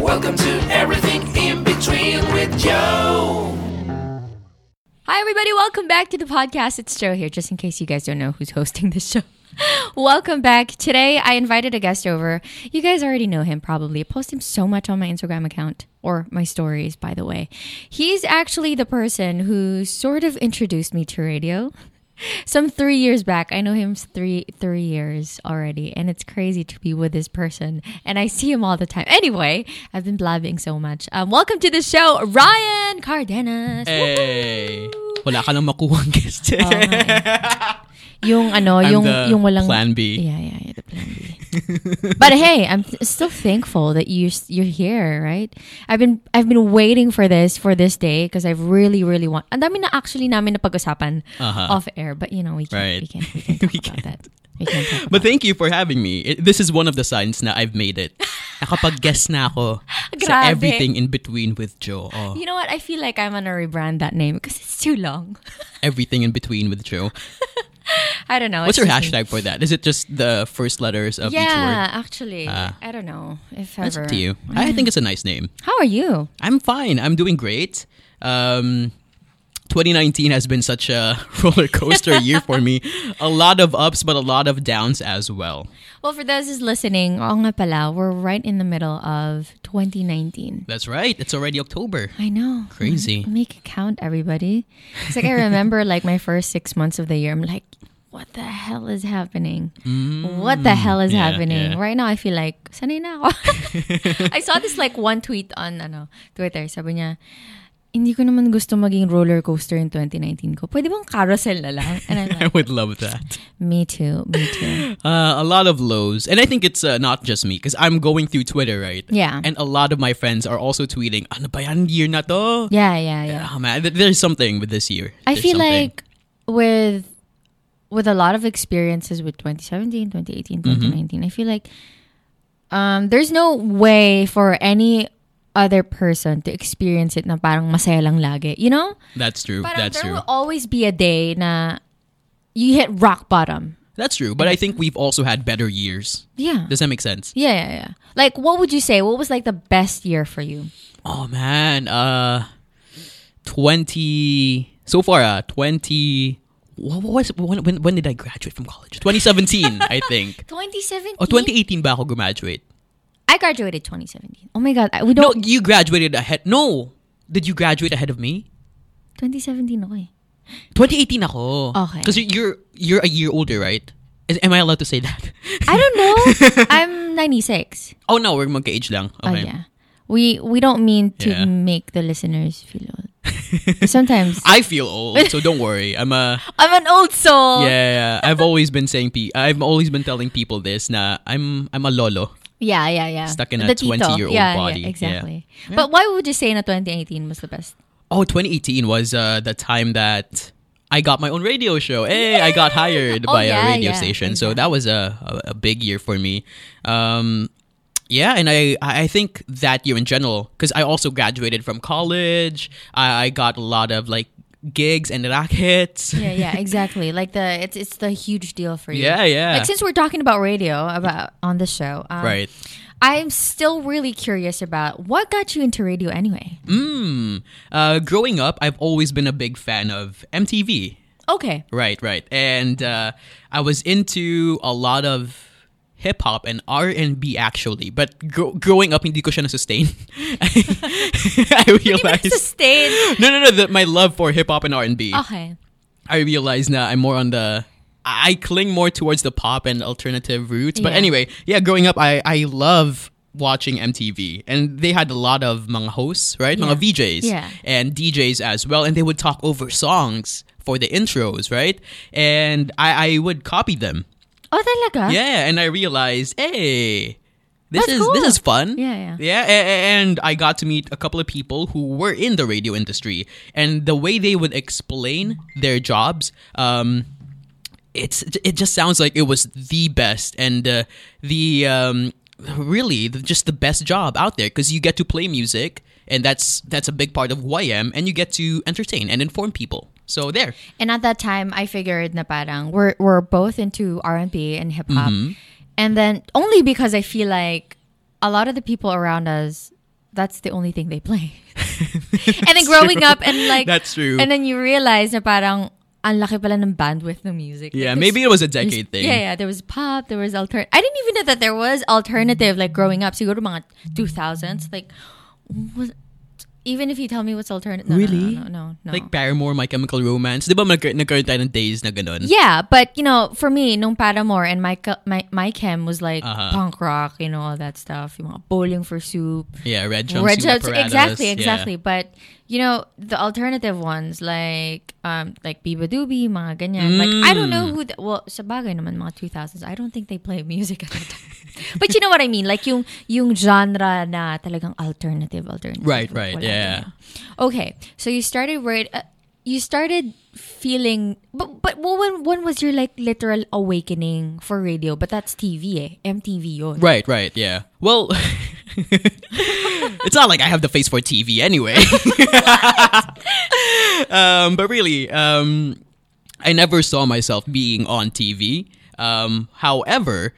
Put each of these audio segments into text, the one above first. Welcome to Everything in Between with Joe. Hi, everybody. Welcome back to the podcast. It's Joe here, just in case you guys don't know who's hosting this show. Welcome back. Today, I invited a guest over. You guys already know him probably. I post him so much on my Instagram account or my stories, by the way. He's actually the person who sort of introduced me to radio. Some three years back, I know him three three years already, and it's crazy to be with this person. And I see him all the time. Anyway, I've been blabbing so much. Um, welcome to the show, Ryan Cardenas. Hey! Wala ka nang makuha ang guest. Oo nga eh. yung ano, I'm yung the yung walang plan B. Yeah, yeah, yeah, the plan B. But hey, I'm th- still thankful that you you're here, right? I've been I've been waiting for this for this day because I've really really want. Ang dami na actually namin napag-usapan Uh-huh. off air, but you know, we can't Right. we can't we We can't talk about that. We can't talk But thank you for having me. It- this is one of the signs na I've made it. Nakapag-guess na ako Grabe. sa everything in between with Joe. Oh, You know what? I feel like I'm gonna rebrand that name because it's too long. everything in between with Joe. I don't know. What's your it's just me. hashtag for that? Is it just the first letters of each Yeah, word? actually, Ah. I don't know if That's ever. up to you. I think it's a nice name. How are you? I'm fine. I'm doing great. Um, 2019 has been such a roller coaster year for me. A lot of ups, but a lot of downs as well. Well, for those who's listening, oo nga pala, we're right in the middle of 2019. That's right. It's already October. I know. Crazy. Make it count, everybody. It's like I remember like my first six months of the year. I'm like, what the hell is happening? what the hell is Mm. yeah, happening? yeah. Right now, I feel like, sanay na ako. I saw this like one tweet on ano, Twitter. Sabi niya, hindi ko naman gusto maging roller coaster in 2019 ko. Pwede bang carousel na lang? And I'm I like, would love that. me too, me too. Uh, a lot of lows. And I think it's uh, not just me because I'm going through Twitter, right? Yeah. And a lot of my friends are also tweeting, ano ba yan year na to? Yeah, yeah, yeah. Ah, man, th- there's something with this year. I There's feel something. like with with a lot of experiences with 2017, 2018, Mm-hmm. 2019, I feel like um, there's no way for any other person to experience it na parang masaya lang lagi. You know? That's true. Parang That's there true. will always be a day na you hit rock bottom. That's true. But I think we've also had better years. Yeah. Does that make sense? yeah, yeah, yeah. Like, what would you say? What was like the best year for you? Oh man, uh, twenty so far. Uh, twenty. What was when, when? When did I graduate from college? Twenty seventeen, I think. 2017. Oh, 2018 ba ako graduate? I graduated 2017. Oh my God. I, we No, don't. you graduated ahead. No, did you graduate ahead of me? 2017 ako eh. 2018 ako. Okay. Because you're you're a year older, right? Is, am I allowed to say that? I don't know. I'm 96. oh no, we're magka-age lang. Oh Okay. yeah. We we don't mean to Yeah. make the listeners feel old. Sometimes I feel old, so don't worry. I'm a I'm an old soul. Yeah, yeah. I've always been saying pe- I've always been telling people this. Nah, I'm I'm a lolo. yeah, yeah. yeah. Stuck in a The tito. 20-year-old yeah, body. Yeah, Yeah. exactly. But why would you say na 2018 was the best? Oh, 2018 was uh, the time that I got my own radio show. Hey, I got hired Oh, by a yeah, radio yeah, station. So that was a, a, a big year for me. Um, yeah, and I, I I think that year in general, because I also graduated from college. I, I got a lot of like gigs and rackets. Yeah, yeah, exactly. Like the it's it's the huge deal for you. Yeah, yeah. Like since we're talking about radio about on the show, um, Right. I'm still really curious about what got you into radio anyway. Uh, growing up, I've always been a big fan of MTV. Okay. Right, right. And uh, I was into a lot of hip hop and R and B actually, but gro- growing up hindi ko siya na sustain. I realized Sustain. no, no, no. The, my love for hip hop and R and B. Okay. I realized now I'm more on the. I I cling more towards the pop and alternative roots. But Yeah. anyway, yeah, growing up, I, I love watching MTV. And they had a lot of mga hosts, right? Mga VJs Yeah. and DJs as well. And they would talk over songs for the intros, right? And I, I would copy them. Oh, talaga? Yeah, and I realized, hey, this That's is this cool. is fun. Yeah, yeah. yeah. a- a- And I got to meet a couple of people who were in the radio industry, and the way they would explain their jobs, um, it's it just sounds like it was the best and uh, the um, really the, just the best job out there because you get to play music, and that's that's a big part of who I am, and you get to entertain and inform people. So there. And at that time, I figured na parang we're we're both into R and B and hip hop, Mm-hmm. and then only because I feel like a lot of the people around us, that's the only thing they play. and then growing true. up and like That's true. And then you realize na parang ang laki pala ng bandwidth ng music. Yeah, Like, maybe it was there's- a there's- decade thing. Yeah, yeah. There was pop. There was altern. I didn't even know that there was alternative like growing up. So you go to mga two thousands, like was, even if you tell me what's alternative, no, no, Really? No, no, no, no. Like Paramore, My Chemical Romance. Di ba nag- nagkaroon tayo ng days na ganun? Yeah, but you know, for me, nung Paramore and my my, my chem was like punk rock, you know, all that stuff. You know, bowling for soup, Yeah, Red Jumpsuit red Shoes- Apparatus. exactly, Yeah. exactly. But you know, the alternative ones like um like Biba Doobie, mga ganyan. Like I don't Mm. know who. The, well, sabagay naman mga two thousands. I don't think they play music at that time. but you know what I mean, like yung yung genre na talagang alternative, alternative. Right, right, Wala yeah. ganyan. Okay, so you started right. Uh, you started feeling, but but well, when when was your like literal awakening for radio? But that's TV, eh? MTV, yon. Right, right, yeah. Well, it's not like I have the face for TV anyway. um, but really, um, I never saw myself being on TV. Um, however,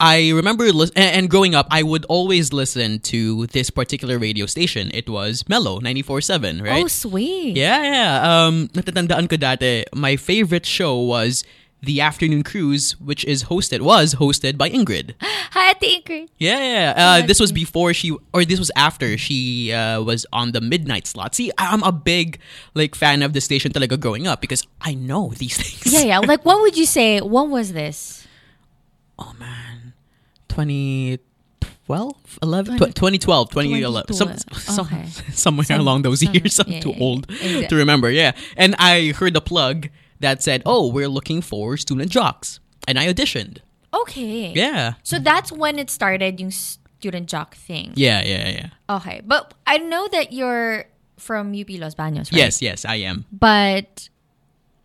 I remember lis- a- and growing up, I would always listen to this particular radio station. It was Mellow 94.7, right? Oh, sweet. Yeah, yeah. Um, natatandaan ko dati, my favorite show was The Afternoon Cruise, which is hosted, was hosted by Ingrid. Hi, Ate Ingrid. Yeah, yeah, yeah. Uh, this was before she, or this was after she uh, was on the midnight slot. See, I- I'm a big like fan of the station talaga growing up because I know these things. Yeah, yeah. Like, what would you say? When was this? Oh, 2012, 11, Tw 2012, 2011, some, 2012. some- Okay. somewhere along those somewhere. years. I'm Yeah, too yeah, old yeah. Exact- to remember. Yeah, and I heard a plug that said, "Oh, we're looking for student jocks," and I auditioned. Okay. Yeah, So that's when it started, yung student jock thing. yeah, yeah, yeah. Okay. But I know that you're from UP Los Baños, right? Yes, yes, I am. But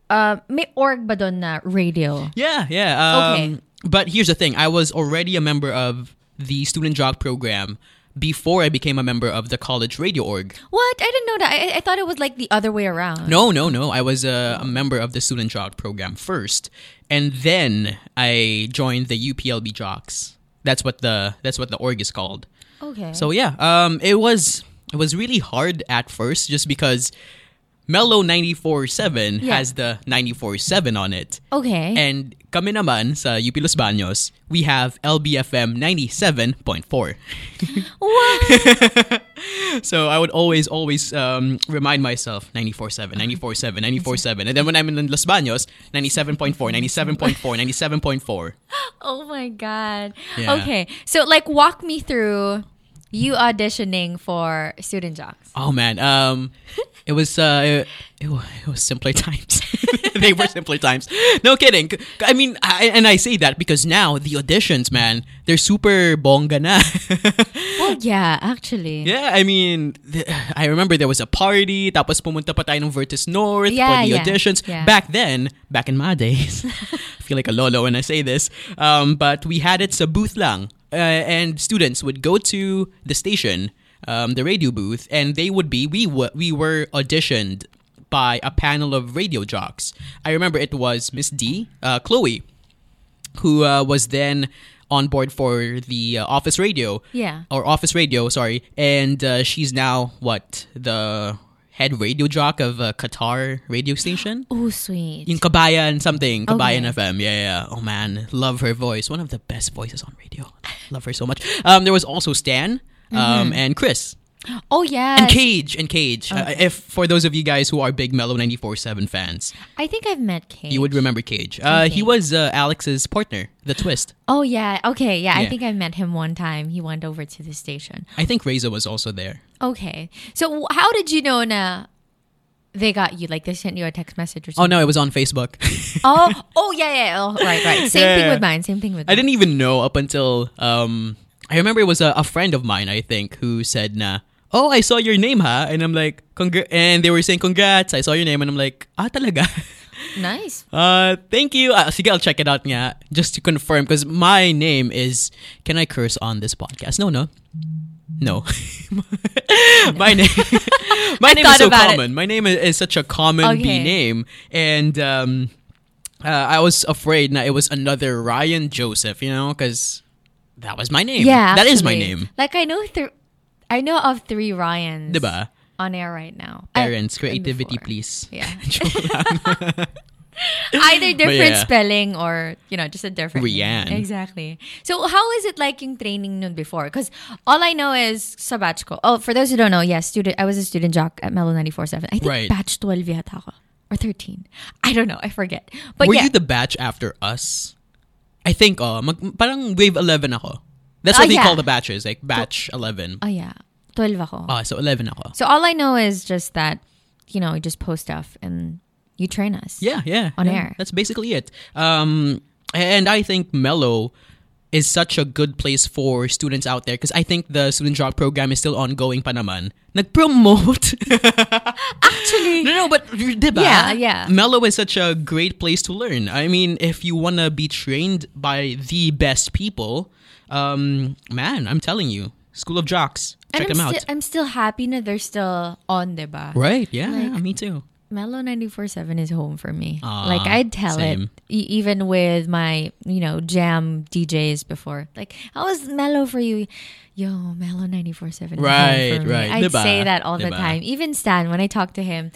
uh, may org ba doon na radio? Yeah, yeah. Um, Okay. But here's the thing: I was already a member of the student jock program before I became a member of the college radio org. What? I didn't know that. I, I thought it was like the other way around. No, no, no. I was a, a member of the student jock program first, and then I joined the UPLB jocks. That's what the that's what the org is called. Okay. So yeah, um, it was it was really hard at first just because Mellow 94.7 Yeah. has the 94.7 on it. okay. And kami naman sa UP Los Baños, we have LBFM 97.4. what? So I would always, always um, remind myself 94.7, 94.7, 94.7. And then when I'm in Los Baños, 97.4, 97.4, 97.4. oh my god. Yeah. Okay. So like, walk me through you auditioning for student jocks. Oh man, um, it was uh, it, it, wa- it was simpler times. they were simpler times. No kidding. C- I mean, I, and I say that because now the auditions, man, they're super bonga na. Well, Oh, yeah, actually. yeah, I mean, th- I remember there was a party. Tapos pumunta pa tayo ng Vertis North Yeah, for the yeah, auditions. yeah. Back then, back in my days, I feel like a lolo when I say this. Um, but we had it sa booth lang, uh, and students would go to the station, um, the radio booth, and they would be we w- we were auditioned by a panel of radio jocks. I remember it was Miss D, uh, Chloe, who uh, was then on board for the uh, office radio Yeah. or office radio sorry and uh, she's now what the head radio jock of uh, qatar radio station Oh, sweet. in kabayan something kabayan Okay. fm yeah yeah oh man love her voice one of the best voices on radio love her so much um there was also stan Mm-hmm. um and chris oh, yeah. and cage and cage Oh. uh, if for those of you guys who are big mellow 94.7 fans I think I've met Kate. you would remember cage uh he Cage. was uh, alex's partner the twist Oh yeah. Okay. Yeah, Yeah. I think I met him one time. He went over to the station. i think reza was also there Okay. So w- how did you know na they got you? Like they sent you a text message Oh or something? no, it was on Facebook. Oh. Oh. yeah. Yeah. Oh, right. Right. Same thing Yeah. with mine. Same thing with. I didn't even know up until um I remember it was a, a friend of mine, I think, who said, "Nah, oh, I saw your name, ha," and I'm like, "Congr," and they were saying, "Congrats, I saw your name," and I'm like, "Ah, talaga." Mine. Nice. Uh, thank you. Uh, sige, I'll check it out nga, just to confirm, because my name is. Can I curse on this podcast? No, no. No. my name My name thought is so about it. common. My name is, is such a common Okay. B name and um uh, I was afraid that it was another Ryan Joseph, you know, cuz that was my name. Yeah, That is my actually. name. Like I know three, I know of three Ryans Diba? on air right now. I- Parents, and creativity before. please. Yeah, Joke lang. either different yeah. spelling or you know just a different. name. Rian. Exactly. So how is it like yung training nun before? Because all I know is sa batch ko. Oh, for those who don't know, yes, student. I was a student jock at Melo 94.7. I think Right. batch 12 yata ako. Or 13. I don't know. I forget. But Were yeah. you the batch after us? I think oh, mag, parang wave 11 ako. That's what Oh, they yeah. call the batches, like batch 11. oh yeah. 12 ako. Ah, so 11 ako. So all I know is just that, you know, you just post stuff and you train us. Yeah, yeah. On yeah. air. That's basically it. Um, and I think Mellow is such a good place for students out there because I think the student job program is still ongoing pa naman. Nag-promote. Actually. No, no, but diba? Mm, Yeah, yeah. Mellow is such a great place to learn. I mean, if you want to be trained by the best people, um, man, I'm telling you, School of Jocks. And Check I'm them out. sti- I'm still happy that they're still on, diba? right, yeah, yeah, me too. Mellow 94.7 is home for me. Ah, like, I'd tell same. it, e- even with my, you know, jam DJs before. Like, how was Mellow for you? Yo, Mellow 94.7 is home Right, for me. right. I'd Diba? say that all the Diba? time. Even Stan, when I talk to him,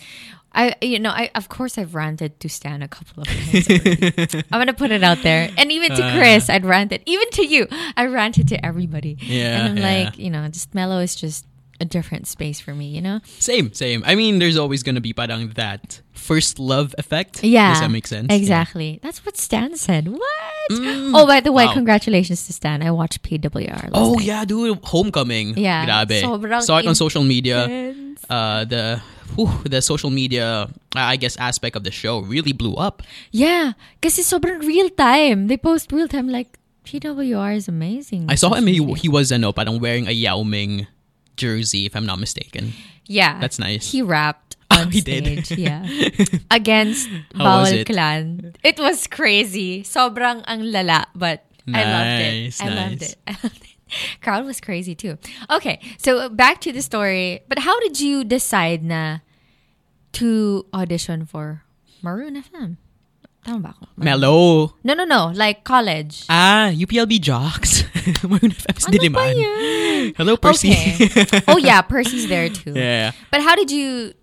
I, you know, I of course I've ranted to Stan a couple of times. already. I'm gonna put it out there, and even Uh. to Chris, I'd ranted. Even to you, I ranted to everybody. Yeah, and I'm yeah. like, you know, just Mellow is just a different space for me. You know, Same, same. I mean, there's always gonna be parang that first love effect. Yeah. does that make sense? Mm. Exactly. That's what Stan said. What? oh, by the way, wow. congratulations to Stan. I watched PWR. Last Oh night. yeah, dude, homecoming. Yeah, grabe. sobrang Saw it on social media. Friends. Uh, the whew, the social media, I I guess, aspect of the show really blew up. Yeah. Kasi sobrang real time. They post real time. Like, PWR is amazing. I saw him. He, Social media. he was ano, parang wearing a Yao Ming jersey, if I'm not mistaken. yeah. That's nice. Ah, He rapped. Oh, On he did. stage, yeah. Against How was Bawal it? Clan. It was crazy. Sobrang ang lala, but I loved it. Nice, I loved nice. it. I loved it. Crowd was crazy too. Okay, so back to the story. But how did you decide na to audition for Maroon FM? Tama ba ako? Mellow. No, no, no. Like college. Ah, UPLB jocks. Maroon FM's Ano ba Diliman. yan? Hello, Percy. Okay. oh yeah, Percy's there too. yeah. But how did you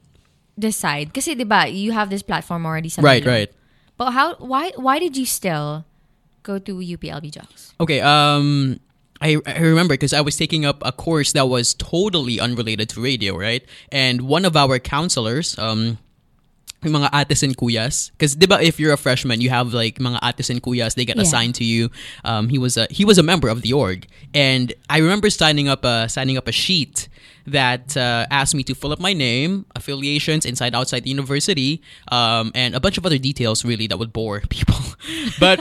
decide? Kasi 'di ba, you have this platform already sa Right, right. Twitter. But how why why did you still go to UPLB Jocks? Okay. Um, I, I remember because I was taking up a course that was totally unrelated to radio, right? And one of our counselors, um, yung mga ates and kuyas, because diba if you're a freshman, you have like mga ates and kuyas. They get Yeah. assigned to you. Um, he was a he was a member of the org, and I remember signing up a signing up a sheet that uh, asked me to fill up my name, affiliations, inside outside the university, um, and a bunch of other details really that would bore people. but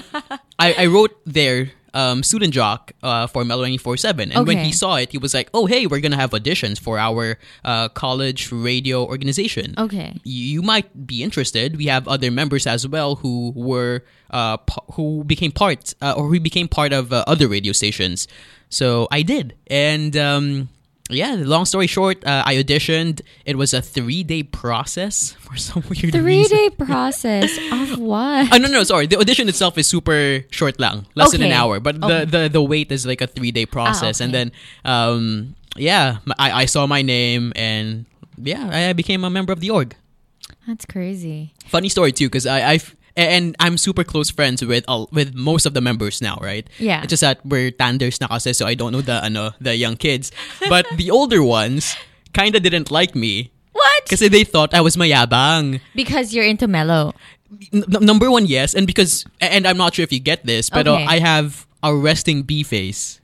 I, I wrote there. Um, student jock uh, for Melo 947 and when Okay. he saw it he was like oh hey we're gonna have auditions for our uh, college radio organization Okay. you might be interested. We have other members as well who were uh, pa- who became part uh, or who became part of uh, other radio stations. So I did, and um, yeah. Long story short, uh, I auditioned. It was a three day process for some weird Three reason. day process of what? Oh no no sorry. The audition itself is super short lang, less than an Okay. Ah, hour. But the, the the wait is like a three day process, and okay. then um yeah, m- I I saw my name and yeah, I became a member of the org. That's crazy. funny story too because I I've and I'm super close friends with all, with most of the members now, right? Yeah. It's just that we're tanders na kasi, so I don't know the ano, the young kids, but the older ones kind of didn't like me What? because they thought I was mayabang. Because you're into mellow. N- n- number one, yes, and because and I'm not sure if you get this, but uh, I Okay. have a resting B face.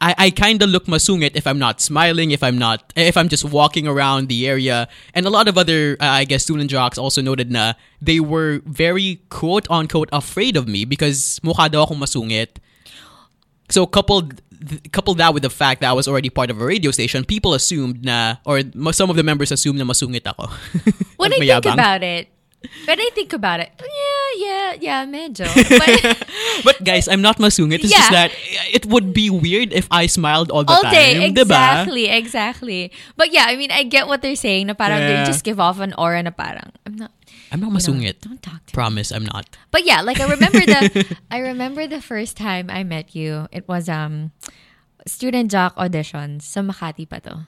I, I kind of look masungit if I'm not smiling, if I'm not, if I'm just walking around the area. And a lot of other, uh, I guess, student jocks also noted na they were very quote unquote afraid of me because mukha daw akong masungit. So coupled th- coupled that with the fact that I was already part of a radio station, people assumed na, or ma- some of the members assumed na masungit ako. When At I think mayabang. about it, But I think about it. Yeah, yeah, yeah, medyo. But But guys, I'm not masungit. It's just that Yeah. it would be weird if I smiled all the all time. day, diba? exactly, exactly. But yeah, I mean, I get what they're saying. Na parang Yeah. they just give off an aura na parang I'm not. I'm not you know, masungit. Don't talk to Promise, I'm not. But yeah, like I remember the I remember the first time I met you. It was um student jock audition sa Makati pa to.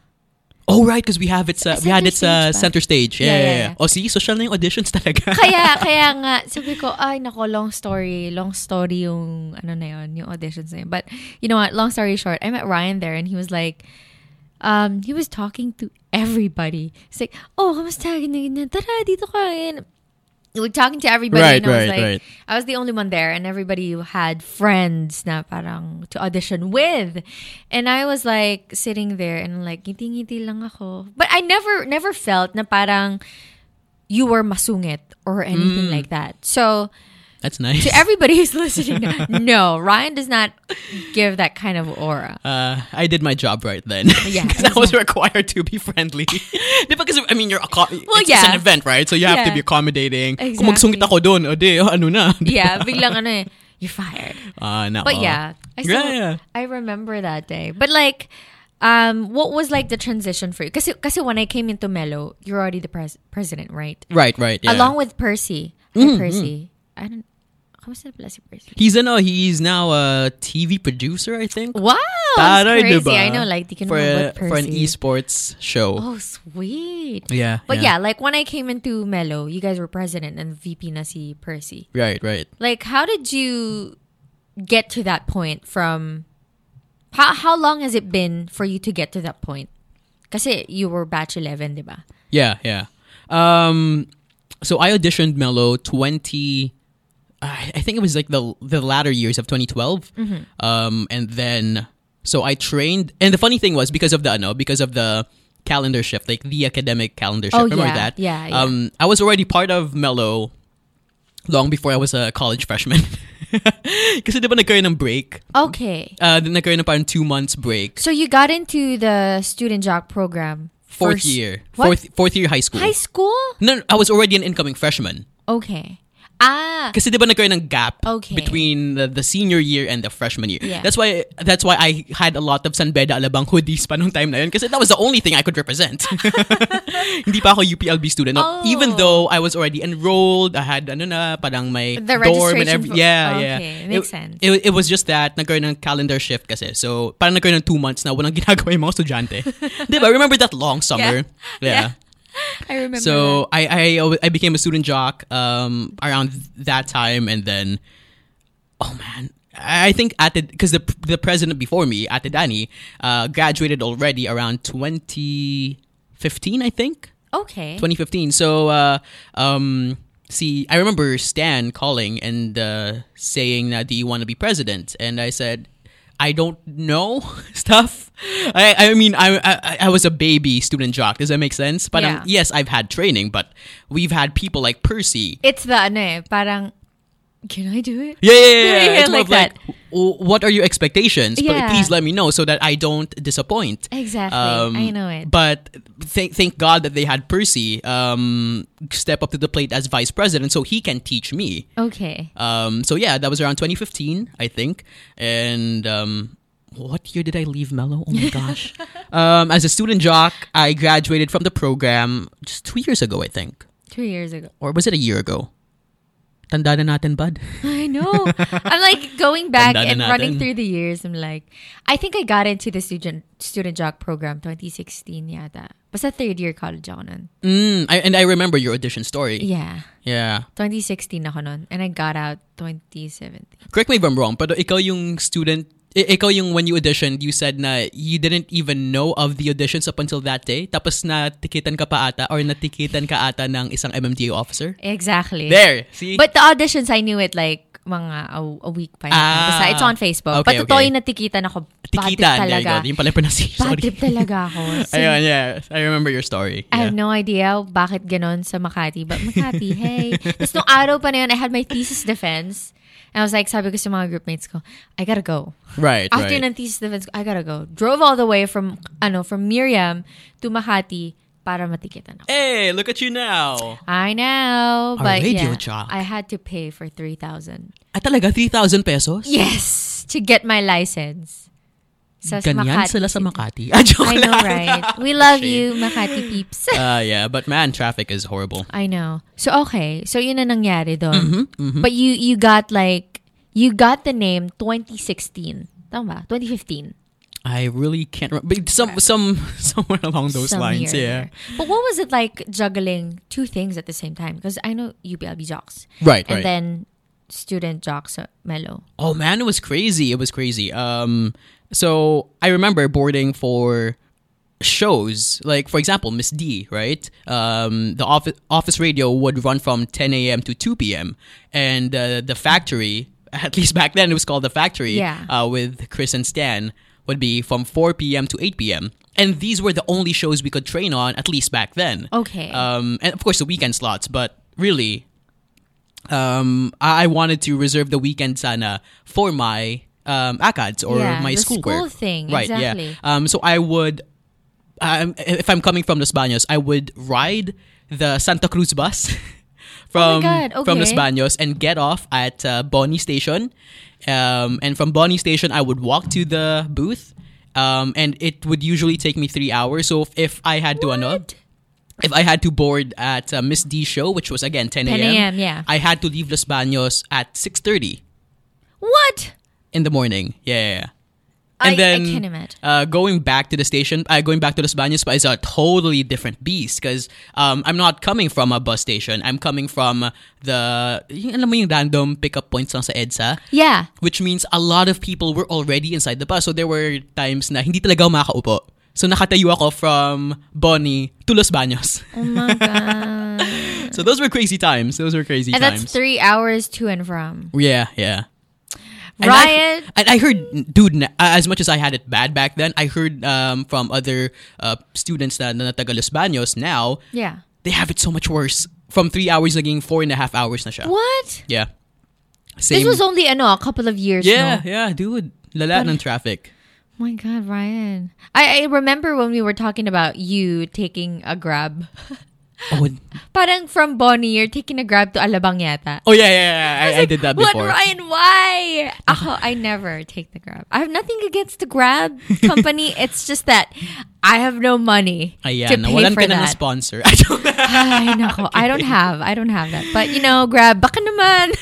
Oh right, because we have it sa we Center had it sa stage ba? center stage. Yeah, Yeah, yeah, yeah, yeah. yeah. Oh, see, social na yung auditions talaga. Kaya kaya nga sabi ko ay nako long story, long story yung ano na yun, yung auditions na yun. But you know what, long story short, I met Ryan there and he was like um he was talking to everybody. He's like, "Oh, kamusta? Ganyan, ganyan. Tara dito ka." And we were talking to everybody Right, and I was right, like right. I was the only one there and everybody had friends na parang to audition with. And I was like sitting there and like ngiti-ngiti lang ako. But I never never felt na parang you were masungit or Mm. anything like that. So That's nice. to everybody who's listening, no, Ryan does not give that kind of aura. uh, I did my job right then. Yeah. 'Cause I was required to be friendly. because I mean, you're a co- it's, it's yeah. an event, right? So you have to Yeah. be accommodating. Exactly. Kung magsungit ako doon, o di, oh, ano na. yeah, biglang ano eh, you're fired. Ah, na, But oh. yeah, I still, Yeah, yeah. I remember that day. But like, um, what was like the transition for you? Because because when I came into Mello, you're already the pres- president, right? Right, right. Yeah. Mm-hmm. Along with Percy, Hi, Percy. I don't. Kamusta na pala si Percy? he's an uh, he's now a TV producer, I think. Wow, that's Taray, crazy. diba? I know, like, you can for, know a- what Percy. for an esports show. Oh, sweet. Yeah, But yeah. yeah. like when I came into Mello, you guys were president and VP na si Percy. Right, right. Like, how did you get to that point from how how long has it been for you to get to that point? Kasi you were batch 11, di ba? Yeah, yeah. Um, so I auditioned Mello twenty. I I think it was like the the latter years of 2012. Mm-hmm. Um, and then so I trained, and the funny thing was because of the ano, because of the calendar shift, like the academic calendar shift. Oh, Remember yeah, that? yeah, yeah. Um, I was already part of Mello long before I was a college freshman. Kasi di ba nagkaroon ng break? Okay. Uh, nagkaroon ng parang two months break. So you got into the student jock program Fourth first- year. What? Fourth fourth year high school. High school? no, no, I was already an incoming freshman. Okay. Ah, Kasi di ba nagkaroon ng gap Okay. between the, the senior year and the freshman year. Yeah. That's why that's why I had a lot of Sanbeda Alabang hoodies pa nung time na yun kasi that was the only thing I could represent. Hindi pa ako UPLB student. No, Oh. Even though I was already enrolled, I had ano na, parang may The dorm and registration every, fo- Yeah, Okay, yeah. makes it, sense. It, it was just that nagkaroon ng calendar shift kasi. So parang nagkaroon ng two months na walang ginagawa yung mga estudyante. di ba? Remember that long summer? yeah. Yeah. I remember. So I, I I became a student jock um around that time, and then oh man, I I think at the because the the president before me at the Dani uh, graduated already around 2015, I think that. okay. 2015. So uh, um. See, I remember Stan calling and uh, saying that, "Do you want to be president?" And I said, "I don't know stuff. I, I mean, I, I I was a baby student jock. Does that make sense? But um, Yeah. yes, I've had training, but we've had people like Percy. It's the ano eh, parang can I do it? Yeah, yeah, yeah. yeah. Yeah, It's more like of "W- what are your expectations? But Yeah. Please let me know so that I don't disappoint. Exactly. Um, I know it. But thank thank God that they had Percy um, step up to the plate as vice president, so he can teach me. Okay. Um, so yeah, that was around 2015, I think. And um, what year did I leave Mello? Oh my gosh! um, as a student jock, I graduated from the program just two years ago, I think, 2 years ago. or was it a year ago? Tanda na natin, bud. I know. I'm like going back Tandaan and na running natin. through the years. I'm like, I think I got into the student student jock program 2016 yata. Basta third year college ako nun. Mm, I, and I remember your audition story. Yeah. Yeah. 2016 ako nun. And I got out 2017. Correct me if I'm wrong, but ikaw yung student, i- ikaw yung when you auditioned, you said na you didn't even know of the auditions up until that day. Tapos natikitan ka pa ata or natikitan ka ata ng isang MMDA officer. Exactly. There, see? Eh, But the auditions, I knew it like mga a, a week pa. yata. Ah. Basta it's on Facebook. Okay, But totoo okay. yung natikitan ako. Bad trip tikitan, there you go. talaga. Yung pala yung pronunciation. Bad Sorry. trip talaga ako. So, Ayun, yeah. I remember your story. I have Yeah. no idea bakit ganon sa Makati. But Makati, hey. Tapos nung araw pa na yun, I had my thesis defense. And I was like, sabi ko sa mga groupmates ko, I gotta go. Right, After right. ng thesis defense ko, I gotta go. Drove all the way from, ano, from Miriam to Makati para matikitan ako. Hey, look at you now. I know, but radio yeah, jock. I had to pay for 3,000. Ah, talaga, 3,000 pesos? Yes, to get my license. Sa Ganyan Makati. sila sa Makati. Ah, joke I know, lang. right? We love Shade. you, Makati peeps. Ah, yeah, but man, traffic is horrible. I know. So okay, so yun na nangyari Mm-hmm, doon. But you you got like you got the name 2016. Tama ba? 2015. I really can't remember. But some, some, somewhere along those Some lines, year yeah. there. But what was it like juggling two things at the same time? Because I know UPLB jocks. Right, right. And then student jocks uh, at mellow. Oh man, it was crazy. It was crazy. Um, so I remember boarding for shows, like for example, Miss D, right? Um, the office office radio would run from 10 a.m. to 2 p.m. and uh, the factory, at least back then, it was called the factory. Yeah. Uh, with Chris and Stan would be from 4 p.m. to 8 p.m. And these were the only shows we could train on, at least back then. Okay. Um, and of course the weekend slots, but really, um, I I wanted to reserve the weekend sana for my um akads or Yeah, my the schoolwork. school thing, right? exactly. Yeah. Um, so I would, um, if I'm coming from Los Baños, I would ride the Santa Cruz bus from Oh God, from Los okay. Baños and get off at uh, Bonnie Station. Um, and from Bonnie Station, I would walk to the booth. Um, and it would usually take me three hours. So if, if I had to ano, if I had to board at uh, Miss D show, which was again 10 a.m., 10 a.m., yeah. I had to leave Los Baños at 6:30 What? in the morning. Yeah, yeah, yeah. I- I can imagine. Uh, going back to the station, uh, going back to Los Baños is a totally different beast because um, I'm not coming from a bus station. I'm coming from the yung, alam mo yung random pickup points lang sa EDSA. Yeah. Which means a lot of people were already inside the bus. So there were times na hindi talaga ako makaupo. So nakatayo ako from Bonnie to Los Baños. Oh my god. So those were crazy times. Those were crazy and times. that's three hours to and from. yeah, yeah. And I- Riot. And I heard, dude, na- as much as I had it bad back then, I heard um, from other uh, students na, na taga Los Baños now, yeah. they have it so much worse. From three hours naging four and a half hours na siya. What? Yeah. Same. This was only ano, a couple of years yeah, no? yeah, dude. Lala ng traffic. my God, Ryan. I, I remember when we were talking about you taking a grab. Oh, Parang from Bonnie, you're taking a grab to Alabang yata. oh yeah, yeah, yeah. I, I, was like, did that what, before. Ryan, why? Ako, I never take the grab. I have nothing against the grab company. it's just that I have no money to Ayan, pay nawalan for ka na ng that. sponsor. I don't Ay, nako. I don't have. I don't have that. But, you know, grab. Baka naman.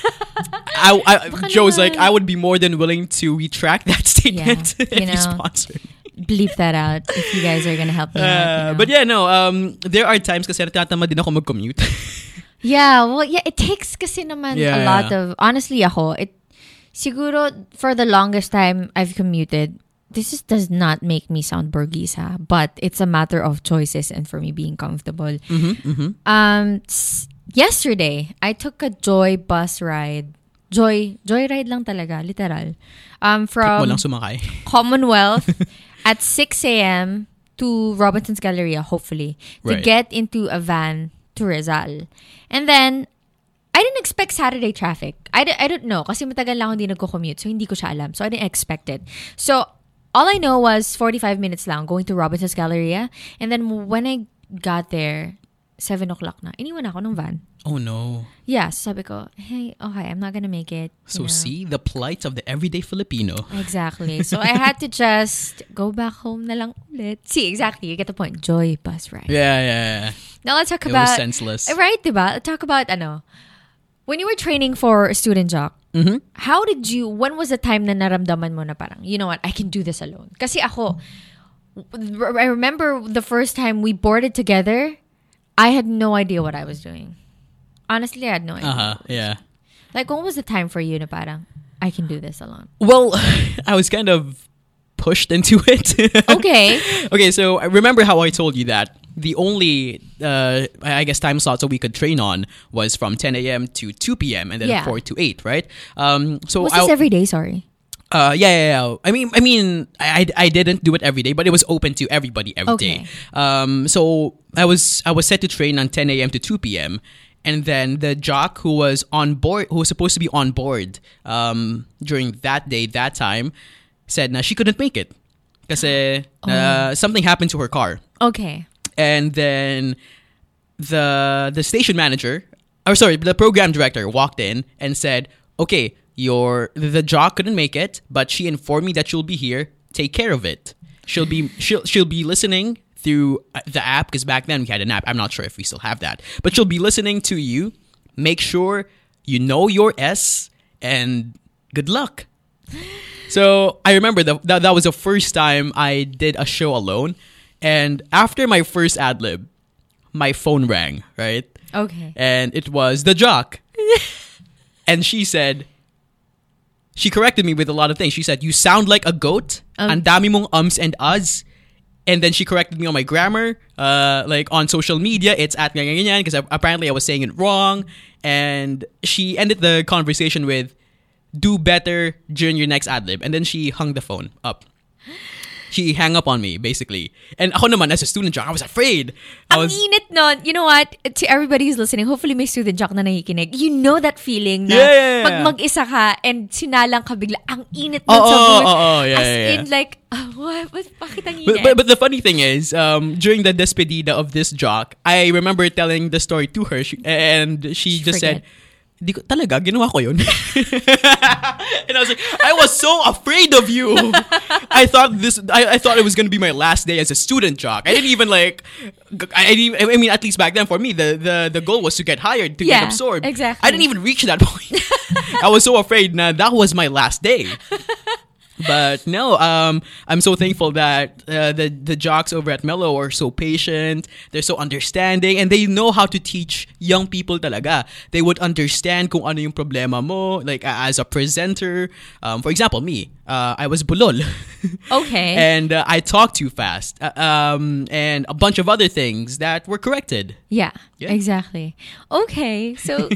I, I Baka Joe's naman. like, I would be more than willing to retract that statement Yeah, if you you know. sponsor. Bleep that out if you guys are going to help me out. you Uh, know. but yeah, no. Um, there are times kasi natatamad din ako mag-commute. Yeah, well, yeah, it takes kasi naman a Yeah. lot of honestly ako, it siguro for the longest time I've commuted. This just does not make me sound burgies, ha? but it's a matter of choices and for me being comfortable. Mm-hmm, Um, s- yesterday I took a Joy bus ride. Joy, Joy ride lang talaga, literal. Um, from Walang sumakay. Commonwealth at 6 a.m. to Robinson's Galleria, hopefully, to Right. get into a van to Rizal. And then, I didn't expect Saturday traffic. I, di- I don't know kasi matagal lang ako hindi nagko-commute so hindi ko siya alam. So I didn't expect it. So all I know was 45 minutes lang going to Robinson's Galleria and then when I got there, 7 o'clock na. Iniwan ako ng van. Oh no. Yeah, so sabi ko, hey, okay, I'm not gonna make it. So you know. see the plight of the everyday Filipino. Exactly. So I had to just go back home na lang ulit. See, exactly. You get the point. Joy bus ride. Yeah, yeah, yeah. Now let's talk It about... was Eh, senseless. Right, diba? Let's talk about, ano, when you were training for student jock, Mm-hmm. how did you, when was the time na naramdaman mo na parang, you know what, I can do this alone? Kasi ako, I remember the first time we boarded together, I had no idea what I was doing. Honestly, I had no idea. Uh huh. Yeah. Ah. Like, when was the time for you na parang, I can do this alone? Well, I was kind of pushed into it. Okay. okay, so I remember how I told you that the only, uh, I I guess, time slots that we could train on was from 10 a.m. to 2 p.m. and then Yeah. 4 to 8, right? Um, so Was I- this every day? Sorry. Uh, yeah, yeah, yeah. I mean, I mean, I, I I didn't do it every day, but it was open to everybody every day. Okay. Um, so I was I was set to train on 10 a.m. to 2 p.m. And then the jock who was on board, who was supposed to be on board, um, during that day, that time, said now she couldn't make it, because something happened to her car Okay. and then the the station manager or sorry the program director walked in and said okay your the jock couldn't make it but she informed me that you'll be here take care of it she'll be she'll she'll be listening through uh, the app because back then we had an app i'm not sure if we still have that but she'll be listening to you make sure you know your s and good luck so I remember the, that that was the first time I did a show alone, and after my first ad lib, my phone rang, right, Okay. and it was the jock, and she said, she corrected me with a lot of things. She said, "You sound like a goat." Um. and dami mong ums and us. And then she corrected me on my grammar, uh, like on social media. It's at because apparently I was saying it wrong. And she ended the conversation with, do better during your next ad lib. And then she hung the phone up. She hung up on me, basically. And ako naman, as a student, John, I was afraid. I Ang was, init nun. You know what? To everybody who's listening, hopefully may student jock na nakikinig. You know that feeling na Yeah, yeah, yeah. pag mag-isa ka and sinalang ka bigla, ang init nun Oo, sa booth. oo, oo. Yeah, As yeah, yeah. in like, ah, what? What? Bakit ang init? but, but, but the funny thing is, um, during the despedida of this jock, I remember telling the story to her, she, and she, She just forget. said, Di ko, talaga, ginawa ko yun. and I was like, I was so afraid of you. I thought this, I, I thought it was going to be my last day as a student jock. I didn't even like, I, I, didn't, I mean, at least back then for me, the, the, the goal was to get hired, to Yeah, get absorbed. exactly. I didn't even reach that point. I was so afraid na that was my last day. But no, um, I'm so thankful that uh, the the jocks over at Mello are so patient. They're so understanding, and they know how to teach young people. Talaga, they would understand kung ano yung problema mo. Like a- as a presenter, um, for example, me, uh, I was bulol, okay. and uh, I talked too fast, uh, um, and a bunch of other things that were corrected. Yeah, Yeah. exactly. Okay, so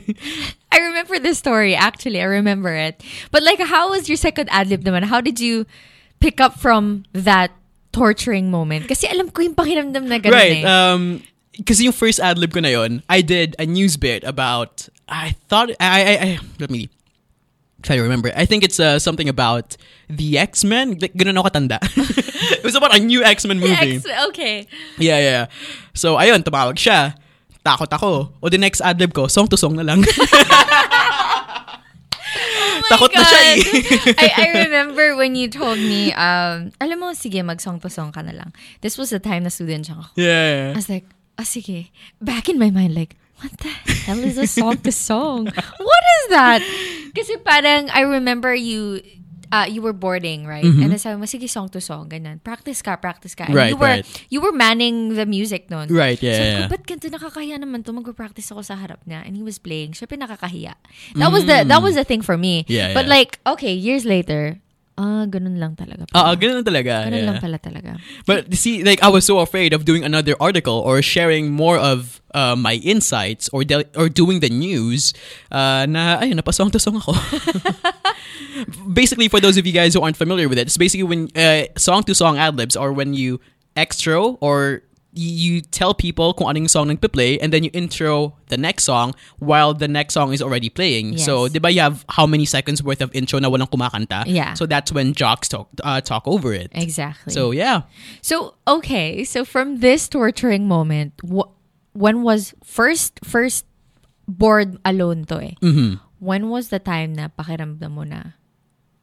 I remember this story actually. I remember it. But like, how was your second ad lib naman? How did you pick up from that torturing moment? Kasi alam ko yung pakiramdam na ganun right. eh. Um, kasi yung first ad lib ko na yun, I did a news bit about. I thought I I, I let me try to remember. I think it's uh, something about the X Men. Like, ganun ako katanda. it was about a new X Men The movie. ex- okay. Yeah, yeah. So ayun, tumawag siya. Takot ako. O the next ad lib ko, song to song na lang. Oh my Takot na siya eh. God. I, I remember when you told me, um, alam mo, sige, mag-song to song ka na lang. This was the time na student siya ako. yeah. I was like, ah, sige. Back in my mind, like, what the hell is a song to song? What is that? Kasi parang, I remember you, uh, you were boarding, right? And then sabi mo, sige, song to song, ganyan. Practice ka, practice ka. And Mm-hmm. Right, you were, right. you were manning the music noon. Right, yeah, Sabi yeah, ko, yeah. ba't ganito nakakahiya naman to? Mag-practice ako sa harap niya. And he was playing. Siyempre nakakahiya. That was the, that was the thing for Mm. me. Yeah, But yeah. like, okay, years later, ah, ganun lang talaga. Oo, pala. Ah, ganun talaga. ganun yeah. lang pala talaga. But see, like I was so afraid of doing another article or sharing more of uh, my insights or del- or doing the news. Uh, na ayun, napasong to song ako. basically, for those of you guys who aren't familiar with it, it's basically when uh, song to song ad libs are when you extro or you you tell people kung anong song nagpe-play and then you intro the next song while the next song is already playing. Yes. So, di ba you have how many seconds worth of intro na walang kumakanta? Yeah. So that's when jocks talk uh, talk over it. Exactly. So yeah. So okay, so from this torturing moment, wh- when was first first bored alone to eh? When was the time na pakiramdam mo na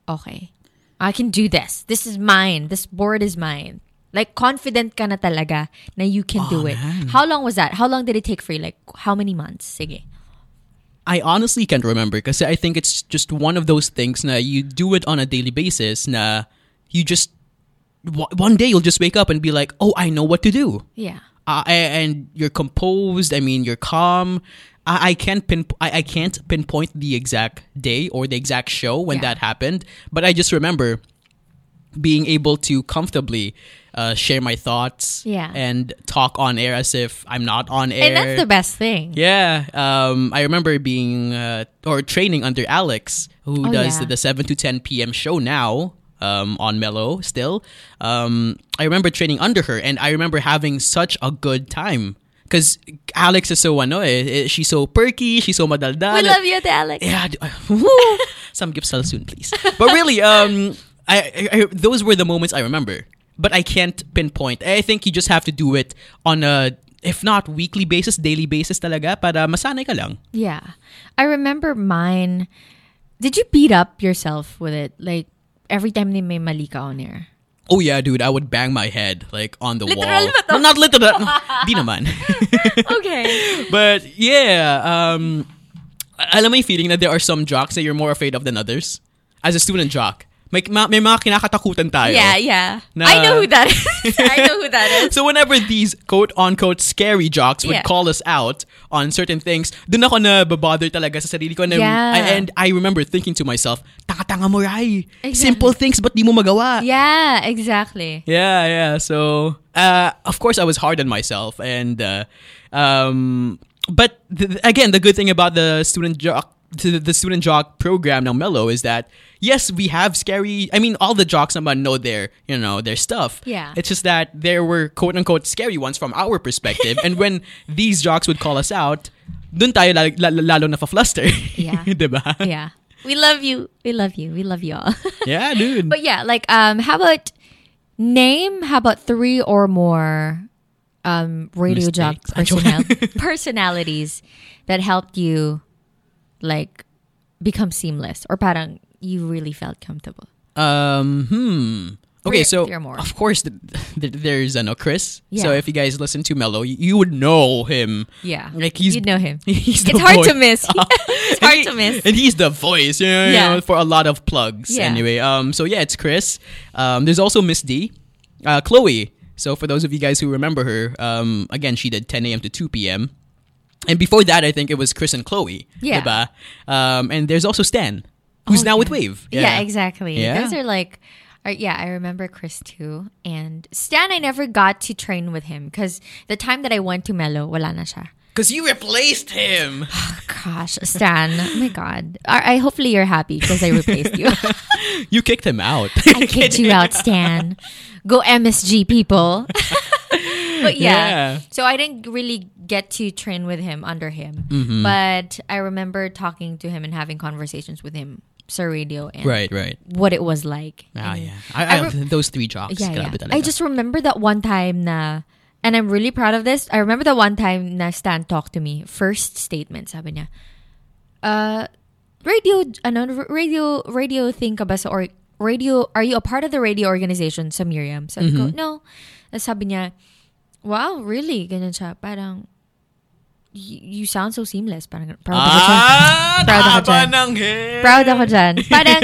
okay, I can do this. This is mine. This board is mine. Like confident ka na talaga na you can do it. How long was that? How long did it take for you? Like how many months? Sige. I honestly can't remember because I think it's just one of those things na you do it on a daily basis na you just w- one day you'll just wake up and be like, "Oh, I know what to do." Yeah. Uh, and you're composed, I mean, you're calm. I, I can't pin I, I can't pinpoint the exact day or the exact show when Yeah. that happened, but I just remember being able to comfortably uh, share my thoughts Yeah. and talk on air as if I'm not on air. And that's the best thing. Eh, Yeah, um, I remember being uh, or training under Alex, who Oh, does yeah. the, seven to ten p.m. show now um, on Mellow. Still, um, I remember training under her, and I remember having such a good time because Alex is so ano, eh, eh, she's so perky, she's so madaldal. eh. We love you, Ate Alex. Yeah, d- woo. some gifts soon, please. But really, um, I, I, I those were the moments I remember. but I can't pinpoint. I think you just have to do it on a if not weekly basis, daily basis talaga para masanay ka lang. Yeah. I remember mine. Did you beat up yourself with it? Like, every time they made Malika on air? Oh yeah, dude, I would bang my head like on the Literal wall. ba to? No, not literal. No, di naman. Okay. but yeah, um alam mo yung feeling that there are some jocks that you're more afraid of than others. As a student jock, may, ma- may mga kinakatakutan tayo. yeah, yeah. Na- I know who that is. I know who that is. So whenever these quote unquote scary jocks would Yeah. call us out on certain things, dun ako na babother talaga sa sarili ko. And, Yeah. I, and I remember thinking to myself, tanga-tanga mo, Rai. Exactly. Simple things, but di mo magawa? Yeah, exactly. Yeah, yeah. So, uh, of course, I was hard on myself, and uh, um, but th- again, the good thing about the student jock. To the student jock program now mellow is that yes we have scary i mean all the jocks naman know their you know their stuff Yeah. it's just that there were quote unquote scary ones from our perspective and when these jocks would call us out dun tayo lalo, lalo na fluster Yeah. diba Yeah. We love you. We love you. We love you all. yeah dude But yeah, like um how about name how about three or more um radio jock Mistakes. personnel personalities that helped you like become seamless or parang you really felt comfortable. Um. Hmm. Okay. Three- so three or more. of course, th- th- there's uh, no Chris. So Yeah. if you guys listen to Mello, you, you would know him. Yeah. Like he's You'd know him. He's the It's hard voice. to miss. it's hard to miss. And he's the voice. You know, you Yeah. know, for a lot of plugs. Yeah. Anyway. Um. So yeah, it's Chris. Um. There's also Miss D, uh, Chloe. So for those of you guys who remember her, um, again, she did 10 a.m. to 2 p.m. And before that, I think it was Chris and Chloe. Yeah. Oh, diba? Um. And there's also Stan, who's now with Wave. Yeah, exactly. Yeah. Those are like, are, yeah, I remember Chris too. And Stan, I never got to train with him because the time that I went to Melo, wala na siya. Because you replaced him. Gosh, Stan, oh my God. I, I hopefully you're happy because I replaced you. You kicked him out. I kicked you out, Stan. Go MSG, people. but yeah, Yeah. so I didn't really get to train with him under him, Mm-hmm. but I remember talking to him and having conversations with him, Sir Radio, and right, right. what it was like. Ah, And- yeah. I, I, I re- those three jocks. Yeah, grabe yeah. talaga. I just remember that one time na, and I'm really proud of this. I remember that one time na Stan talked to me. First statement, sabi niya, uh, radio, ano, r- radio, radio thing ka ba sa, or, radio, are you a part of the radio organization sa Miriam? Sabi ko, Mm-hmm. no. Tapos Sabi niya, wow, really? Ganyan siya. Parang, y- you sound so seamless. Parang, proud ako siya. Ah, Proud ako taba dyan. ng hair. Proud ako dyan. Parang,